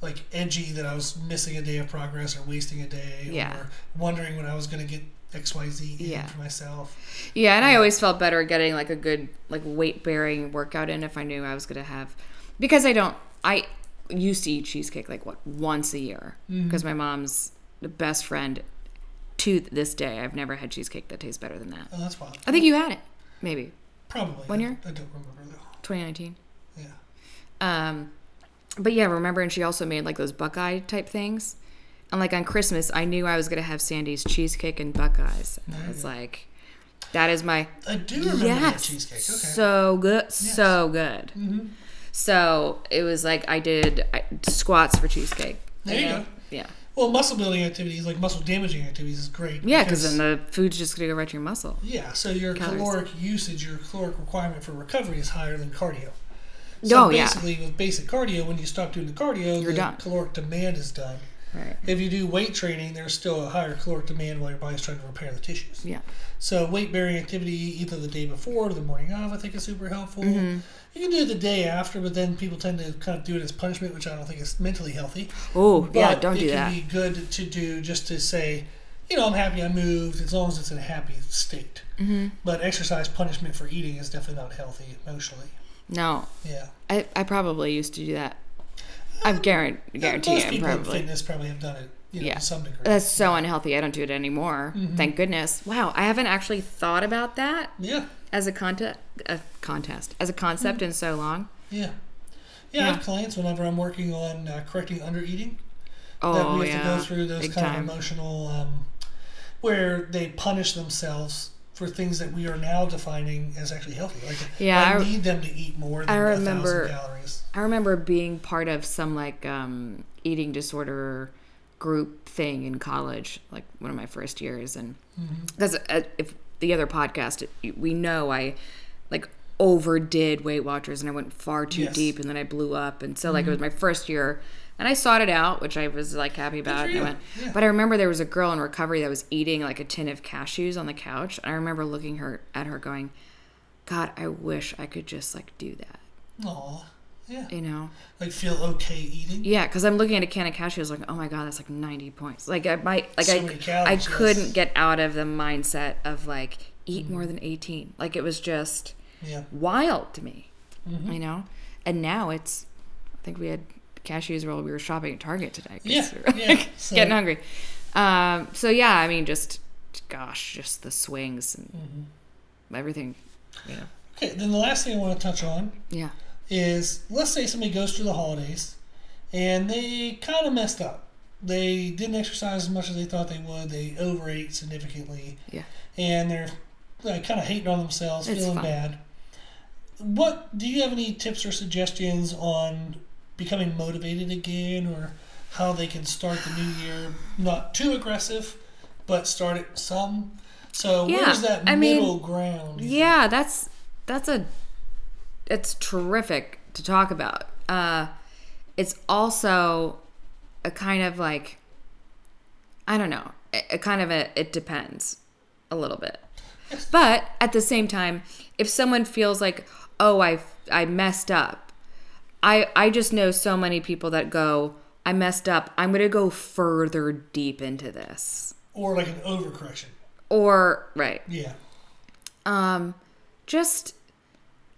A: like edgy that I was missing a day of progress or wasting a day
B: Yeah.
A: or wondering when I was going to get XYZ in
B: Yeah.
A: for myself.
B: Yeah, and I always felt better getting like a good like weight bearing workout in if I knew I was gonna have because I don't I used to eat cheesecake like what once a year
A: Mm-hmm.
B: because my mom's the best friend to this day I've never had cheesecake that tastes better than that.
A: Oh, that's wild.
B: I think you had it maybe
A: Probably.
B: One
A: I-
B: year?
A: I don't remember though.
B: 2019.
A: Yeah.
B: Um, but yeah, remember, and she also made like those Buckeye type things. And like on Christmas, I knew I was gonna have Sandy's cheesecake and Buckeyes. And I was like, that is my
A: I do remember that
B: yes,
A: cheesecake. Okay. Mm-hmm.
B: so good, so good. So it was like I did I, squats for cheesecake.
A: There you go.
B: Yeah,
A: well, muscle building activities, like muscle damaging activities, is great.
B: yeah, because then the food's just gonna go right to your muscle.
A: yeah, so your
B: Calories.
A: caloric usage, your caloric requirement for recovery is higher than cardio.
B: oh yeah,
A: basically, with basic cardio, when you stop doing the cardio,
B: You're
A: the
B: done.
A: caloric demand is done.
B: right.
A: If you do weight training, there's still a higher caloric demand while your body's trying to repair the tissues.
B: Yeah,
A: So weight bearing activity either the day before or the morning of, I think is super helpful.
B: Mm-hmm.
A: You can do it the day after, but then people tend to kind of do it as punishment, which I don't think is mentally healthy.
B: oh yeah,
A: But
B: don't
A: it
B: do
A: can
B: that.
A: be good to do just to say, you know, I'm happy I moved, as long as it's in a happy state. Mm-hmm. But exercise punishment for eating is definitely not healthy emotionally.
B: no,
A: Yeah.
B: I, I probably used to do that. I'm guarantee, guarantee
A: Uh, Most
B: I'm
A: people in
B: probably.
A: fitness probably have done it, you know,
B: Yeah.
A: to some degree. Mm-hmm.
B: That's so unhealthy. I don't do it anymore. Thank goodness. Wow, I haven't actually thought about that
A: yeah.
B: as a conte- a contest, as a concept
A: Mm.
B: in so long.
A: Yeah. Yeah, I
B: Yeah.
A: have clients whenever I'm working on uh, correcting under eating that
B: Oh
A: we have
B: yeah,
A: to go through those
B: big
A: kind
B: time.
A: of emotional, um, where they punish themselves for things that we are now defining as actually healthy. Like,
B: Yeah,
A: I,
B: I-
A: need them to eat more than
B: I
A: a
B: remember-
A: thousand calories.
B: I remember being part of some like um, eating disorder group thing in college, like one of my first years, and
A: Mm-hmm.
B: because if the other podcast, it, we know I like overdid Weight Watchers and I went far too
A: Yes. Mm-hmm.
B: deep, and then I blew up, and so like it was my first year, and I sought it out, which I was like happy about.
A: for
B: And I
A: you.
B: went,
A: Yeah.
B: but I remember there was a girl in recovery that was eating like a tin of cashews on the couch, and I remember looking her at her going, "God, I wish I could just like do that,"
A: Aw. Yeah.
B: you know.
A: Like, feel okay eating.
B: Yeah, because I'm looking at a can of cashews, like, oh my god, that's like 90 points. Like I might, like
A: So
B: I,
A: many calories,
B: I
A: yes.
B: couldn't get out of the mindset of like eat
A: Mm-hmm.
B: more than 18. Like it was just
A: Yeah.
B: wild to me,
A: Mm-hmm.
B: you know. And now it's, I think we had cashews while we were shopping at Target today. 'cause
A: Yeah,
B: we were,
A: yeah,
B: like,
A: so-
B: getting hungry. Um, so yeah, I mean, just gosh, just the swings and
A: Mm-hmm.
B: everything. You know.
A: Okay, then the last thing I want to touch on
B: Yeah.
A: is let's say somebody goes through the holidays and they kind of messed up. They didn't exercise as much as they thought they would. They overate significantly.
B: Yeah.
A: And they're like, kind of hating on themselves,
B: It's
A: feeling
B: fine.
A: bad. What do you have any tips or suggestions on becoming motivated again or how they can start the new year not too aggressive, but start it some? So
B: Yeah,
A: where's that
B: I mean,
A: middle ground? you
B: Yeah, that's that's a it's terrific to talk about. Uh it's also a kind of like I don't know, a, a kind of a it depends a little bit. But at the same time, if someone feels like, "Oh, I I messed up." I I just know so many people that go, "I messed up. I'm going to go further deep into this."
A: Or like an overcorrection?
B: Or right.
A: Yeah.
B: um just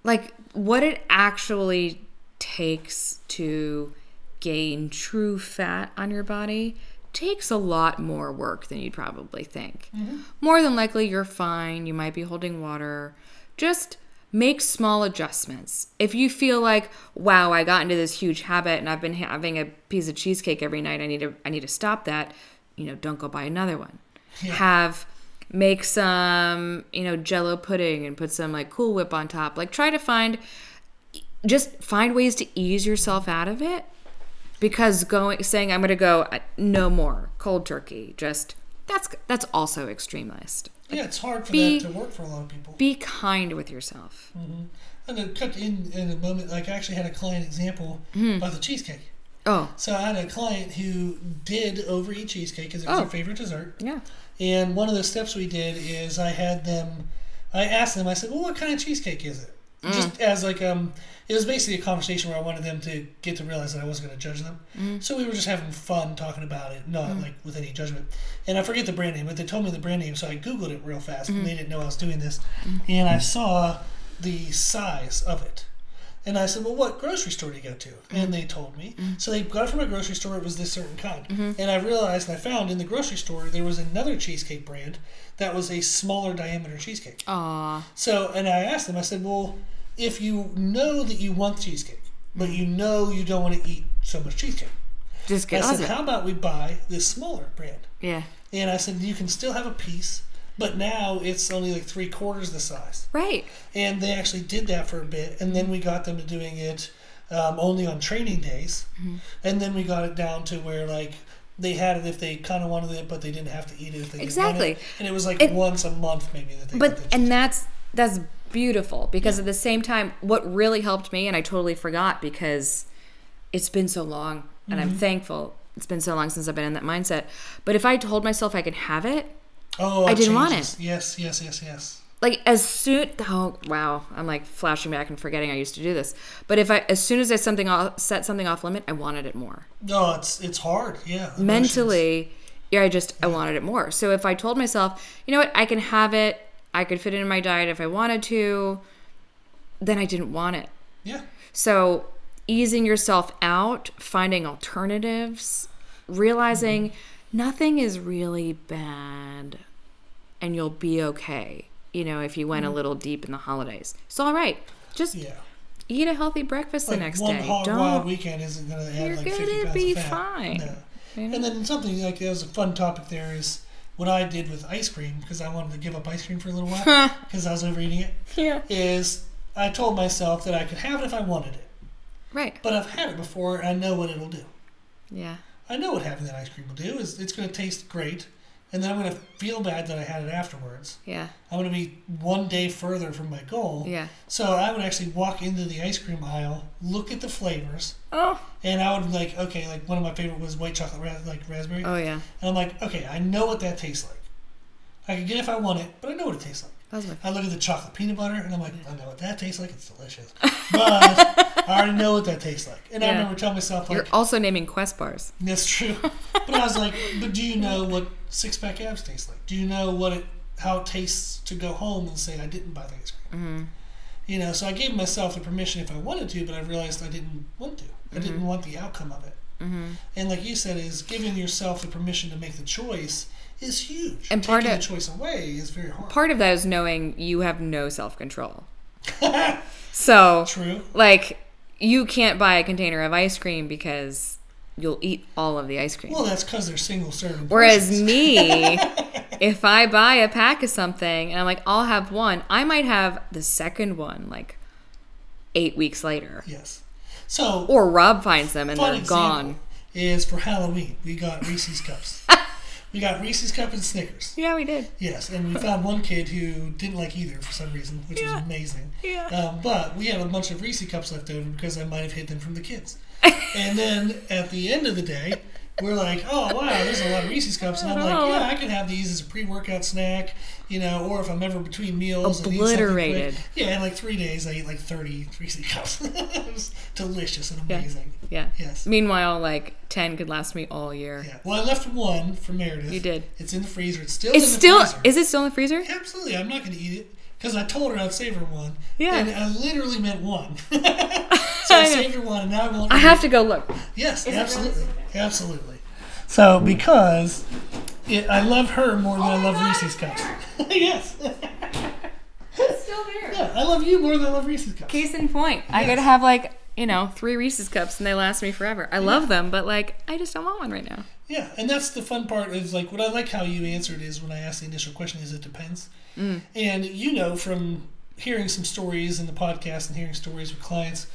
B: like what it actually takes to gain true fat on your body takes a lot more work than you'd probably think. More than likely you're fine, you might be holding water. Just make small adjustments. If you feel like, wow, I got into this huge habit and I've been having a piece of cheesecake every night, I need to I need to stop that, you know, don't go buy another one. Have make some, you know, jello pudding and put some like cool whip on top. Like try to find just find ways to ease yourself out of it because going saying i'm going to go uh, no more cold turkey just that's that's also extremist
A: Yeah, it's hard for
B: Be-
A: that to work for a lot of people.
B: Be kind with yourself.
A: And it cut in in a moment. Like I actually had a client example
B: Hmm.
A: about the cheesecake.
B: Oh,
A: So I had a client who did overeat cheesecake because it was
B: Oh.
A: their favorite dessert.
B: yeah.
A: And one of the steps we did is I had them, I asked them, I said, well, what kind of cheesecake is it? Just as like, um, it was basically a conversation where I wanted them to get to realize that I wasn't going to judge them. So we were just having fun talking about it, not like with any judgment. And I forget the brand name, but they told me the brand name, so I Googled it real fast. And they didn't know I was doing this. And I saw the size of it. And I said, "Well, what grocery store do you go to?" And they told me. So they got it from a grocery store. It was this certain kind. And I realized and I found in the grocery store there was another cheesecake brand that was a smaller diameter cheesecake.
B: Aw.
A: So, and I asked them. I said, "Well, if you know that you want cheesecake, but you know you don't want to eat so much cheesecake,
B: Just get
A: I
B: lost
A: said,
B: it.
A: how about we buy this smaller brand?"
B: Yeah.
A: And I said, "You can still have a piece, but now it's only like three quarters the size."
B: Right.
A: and they actually did that for a bit and then we got them to doing it um, only on training days
B: Mm-hmm.
A: and then we got it down to where like they had it if they kind of wanted it but they didn't have to eat it if they didn't want
B: Exactly.
A: it. and it was like
B: It-
A: once a month maybe that they
B: But
A: got the
B: and that's that's beautiful because at the same time, what really helped me, and I totally forgot because it's been so long, and I'm thankful it's been so long since I've been in that mindset. But if I told myself I could have it,
A: oh
B: I didn't want
A: changes. yes yes yes yes
B: like as soon oh wow, I'm like flashing back and forgetting I used to do this. But if I as soon as I something off, set something off limit, I wanted it more.
A: no it's it's hard yeah emotions.
B: mentally yeah i just i wanted it more so if i told myself you know what i can have it i could fit it in my diet if i wanted to then i didn't want it
A: yeah
B: so easing yourself out finding alternatives realizing
A: Mm-hmm.
B: nothing is really bad and you'll be okay you know if you went a little deep in the holidays it's all right just
A: Mm-hmm. yeah
B: eat a healthy breakfast
A: like
B: the next
A: one
B: day
A: hog wild
B: don't
A: weekend isn't going to add
B: You're
A: like
B: gonna
A: 50 pounds
B: be
A: of fat.
B: fine.
A: No.
B: You know?
A: And then something like that was a fun topic there is what I did with ice cream because I wanted to give up ice cream for a little while because I was overeating it.
B: yeah
A: Is I told myself that I could have it if I wanted it,
B: right
A: but I've had it before and I know what it'll do.
B: yeah
A: I know what having that ice cream will do is it's going to taste great, and then I'm going to feel bad that I had it afterwards.
B: yeah
A: I'm going to be one day further from my goal.
B: yeah
A: So I would actually walk into the ice cream aisle, look at the flavors,
B: oh
A: and I would like okay, like one of my favorite was white chocolate ra- like raspberry.
B: oh yeah
A: And I'm like, okay, I know what that tastes like. I could get it if I want it, but I know what it tastes like.
B: that was my
A: I look at the chocolate peanut butter and I'm like, I know what that tastes like. It's delicious. But I already know what that tastes like. And I
B: Yeah.
A: remember telling myself, like,
B: You're also naming Quest bars.
A: that's true. But I was like, but do you know what six pack abs taste like? Do you know what it, how it tastes to go home and say, I didn't buy the ice cream?
B: Mm-hmm.
A: You know, so I gave myself the permission if I wanted to, but I realized I didn't want to. I
B: Mm-hmm.
A: didn't want the outcome of it. And like you said, is giving yourself the permission to make the choice is huge.
B: And part
A: Taking
B: of-
A: the choice away is very hard.
B: Part of that is knowing you have no self control. so,
A: True.
B: like, you can't buy a container of ice cream because you'll eat all of the ice cream.
A: Well, that's because they're single serving.
B: Whereas
A: portions.
B: me, if I buy a pack of something and I'm like, I'll have one, I might have the second one like eight weeks later.
A: yes. So
B: Or Rob finds them and
A: fun
B: they're
A: example
B: gone.
A: is for Halloween. We got Reese's cups. we got Reese's cup and Snickers.
B: Yeah, we did.
A: Yes, and we found one kid who didn't like either for some reason, which
B: Yeah.
A: is amazing.
B: Yeah.
A: Um, but we had a bunch of Reese cups left over because I might have hid them from the kids. and then at the end of the day, we're like, oh wow, there's a lot of Reese's cups, and I'm
B: Oh.
A: like, yeah, I can have these as a pre-workout snack, you know, or if I'm ever between meals. and eat something quick.
B: Obliterated.
A: Yeah, in like three days, I ate like 30 Reese's cups. it was delicious and
B: Yeah.
A: amazing.
B: Yeah.
A: Yes.
B: Meanwhile, like 10 could last me all year.
A: Yeah. Well, I left one for Meredith.
B: You did.
A: It's in the freezer. It's still
B: It's
A: in the
B: still,
A: freezer.
B: is it still in the freezer?
A: Absolutely, I'm not going to eat it because I told her I'd save her one.
B: Yeah.
A: And I literally meant one. so
B: I
A: I
B: know.
A: saved her one, and now I won't.
B: I
A: eat
B: have to go look.
A: it. Yes, absolutely, absolutely. So because it, I love her more than I love Reese's cups. yes.
B: Still there.
A: Yeah, I love you more than I love Reese's cups.
B: Case in point, I could have like you know three Reese's cups and they last me forever. I love them, but like I just don't want one right now.
A: Yeah, and that's the fun part is like what I like how you answered is when I asked the initial question is it depends.
B: Mm.
A: And you know from hearing some stories in the podcast and hearing stories with clients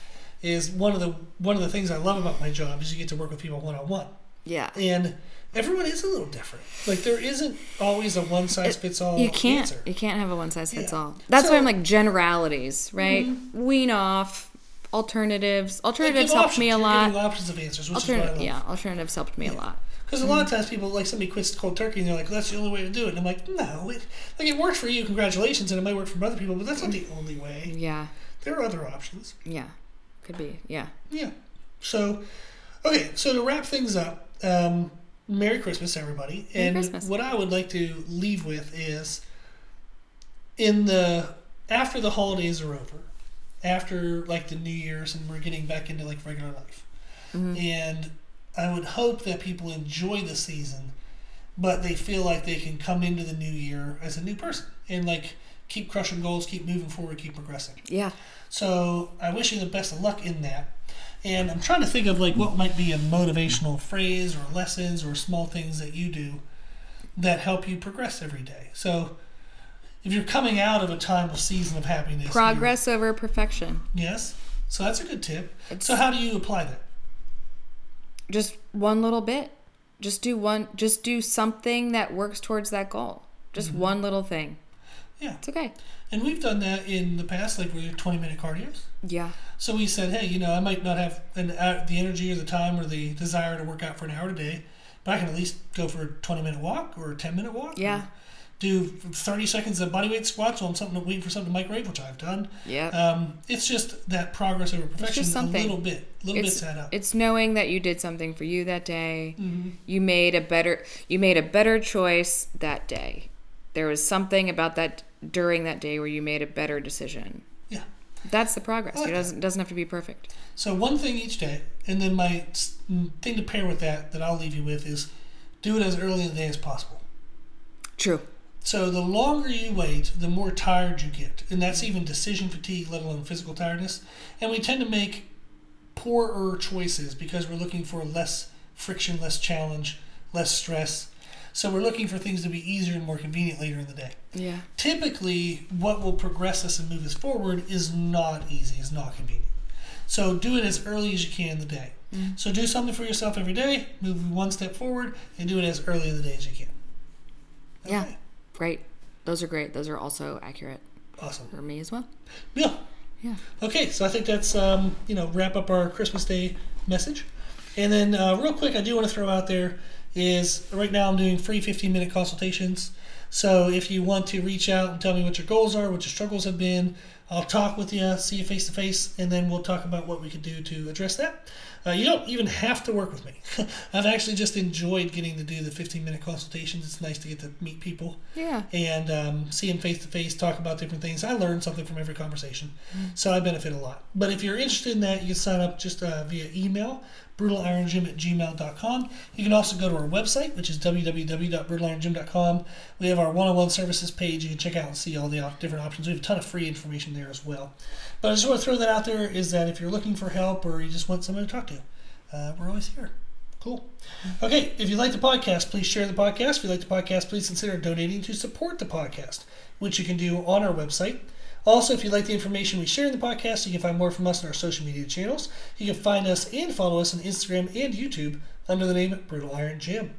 A: is one of the one of the things I love about my job is you get to work with people one on one.
B: Yeah.
A: and everyone is a little different. Like there isn't always a one size fits all.
B: you can't
A: Answer.
B: you can't have a one size fits
A: Yeah.
B: all. That's
A: So- Mm-hmm.
B: why I'm like generalities, right? Wean off alternatives.
A: Like,
B: Alternatives
A: give
B: helped me a
A: options. You're
B: lot.
A: giving Options of answers, which is what I
B: Alternative,
A: love.
B: yeah, alternatives helped me a lot.
A: Because a lot of times people like somebody quits cold turkey and they're like, "That's the only way to do it." And I'm like, "No, it, like it worked for you, congratulations, and it might work for other people, but that's not the only way.
B: Yeah,
A: There are other options."
B: yeah, could be. Yeah,
A: Yeah. So, okay. So to wrap things up, um, Merry Christmas, everybody.
B: Merry
A: and
B: Christmas.
A: what I would like to leave with is, in the after the holidays are over, after like the New Year's, and we're getting back into like regular life,
B: Mm-hmm.
A: and I would hope that people enjoy the season, but they feel like they can come into the new year as a new person and like keep crushing goals, keep moving forward, keep progressing.
B: yeah.
A: So I wish you the best of luck in that. And I'm trying to think of like what might be a motivational phrase or lessons or small things that you do that help you progress every day. So if you're coming out of a time of season of happiness, you're-
B: Progress over perfection.
A: Yes. So that's a good tip.
B: It's-
A: so how do you apply that?
B: Just one little bit. Just do one. Just do something that works towards that goal. Just
A: Mm-hmm.
B: one little thing.
A: Yeah.
B: It's okay.
A: And we've done that in the past, like we're 20 minute cardios.
B: Yeah.
A: So we said, hey, you know, I might not have an uh, the energy or the time or the desire to work out for an hour today, but I can at least go for a 20 minute walk or a 10 minute walk. or
B: Yeah.
A: do 30 seconds of bodyweight squats on something to wait for something to microwave, which I've done.
B: Yep.
A: Um, it's just that progress over perfection.
B: something.
A: A little bit, little
B: it's
A: bits add up.
B: it's knowing that you did something for you that day. You made a better you made a better choice that day. There was something about that during that day where you made a better decision.
A: yeah.
B: That's the progress.
A: like
B: it
A: that.
B: doesn't doesn't have to be perfect.
A: So one thing each day, and then my s- mm, thing to pair with that that I'll leave you with is do it as early in the day as possible.
B: True.
A: So the longer you wait, the more tired you get, and that's even decision fatigue, let alone physical tiredness. And we tend to make poorer choices because we're looking for less friction, less challenge, less stress. So we're looking for things to be easier and more convenient later in the day.
B: Yeah.
A: Typically, what will progress us and move us forward is not easy, is not convenient. So do it as early as you can in the day. So do something for yourself every day, move one step forward, and do it as early in the day as you can.
B: Yeah.
A: Okay.
B: Great. Those are great. Those are also accurate
A: Awesome.
B: for me as well.
A: Yeah.
B: Yeah.
A: Okay, so I think that's um, you know wrap up our Christmas Day message, and then uh, real quick, I do want to throw out there is right now I'm doing free 15 minute consultations. So if you want to reach out and tell me what your goals are, what your struggles have been, I'll talk with you, see you face to face, and then we'll talk about what we could do to address that. Uh, you don't even have to work with me. I've actually just enjoyed getting to do the 15 minute consultations. It's nice to get to meet people
B: Yeah.
A: and um, see them face to face, talk about different things. I learn something from every conversation, so I benefit a lot. But if you're interested in that, you can sign up just uh, via email, brutalirongym at gmail.com. You can also go to our website, which is www.brutalirongym.com. We have our one on one services page. You can check out and see all the op- different options. We have a ton of free information there as well. But I just want to throw that out there is that if you're looking for help or you just want someone to talk to, uh, we're always here. Cool. Okay, if you like the podcast, please share the podcast. If you like the podcast, please consider donating to support the podcast, which you can do on our website. Also, if you like the information we share in the podcast, you can find more from us on our social media channels. You can find us and follow us on Instagram and YouTube under the name Brutal Iron Jim.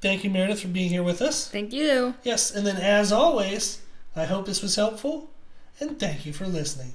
A: Thank you, Meredith, for being here with us.
B: Thank you.
A: Yes, and then as always, I hope this was helpful, and thank you for listening.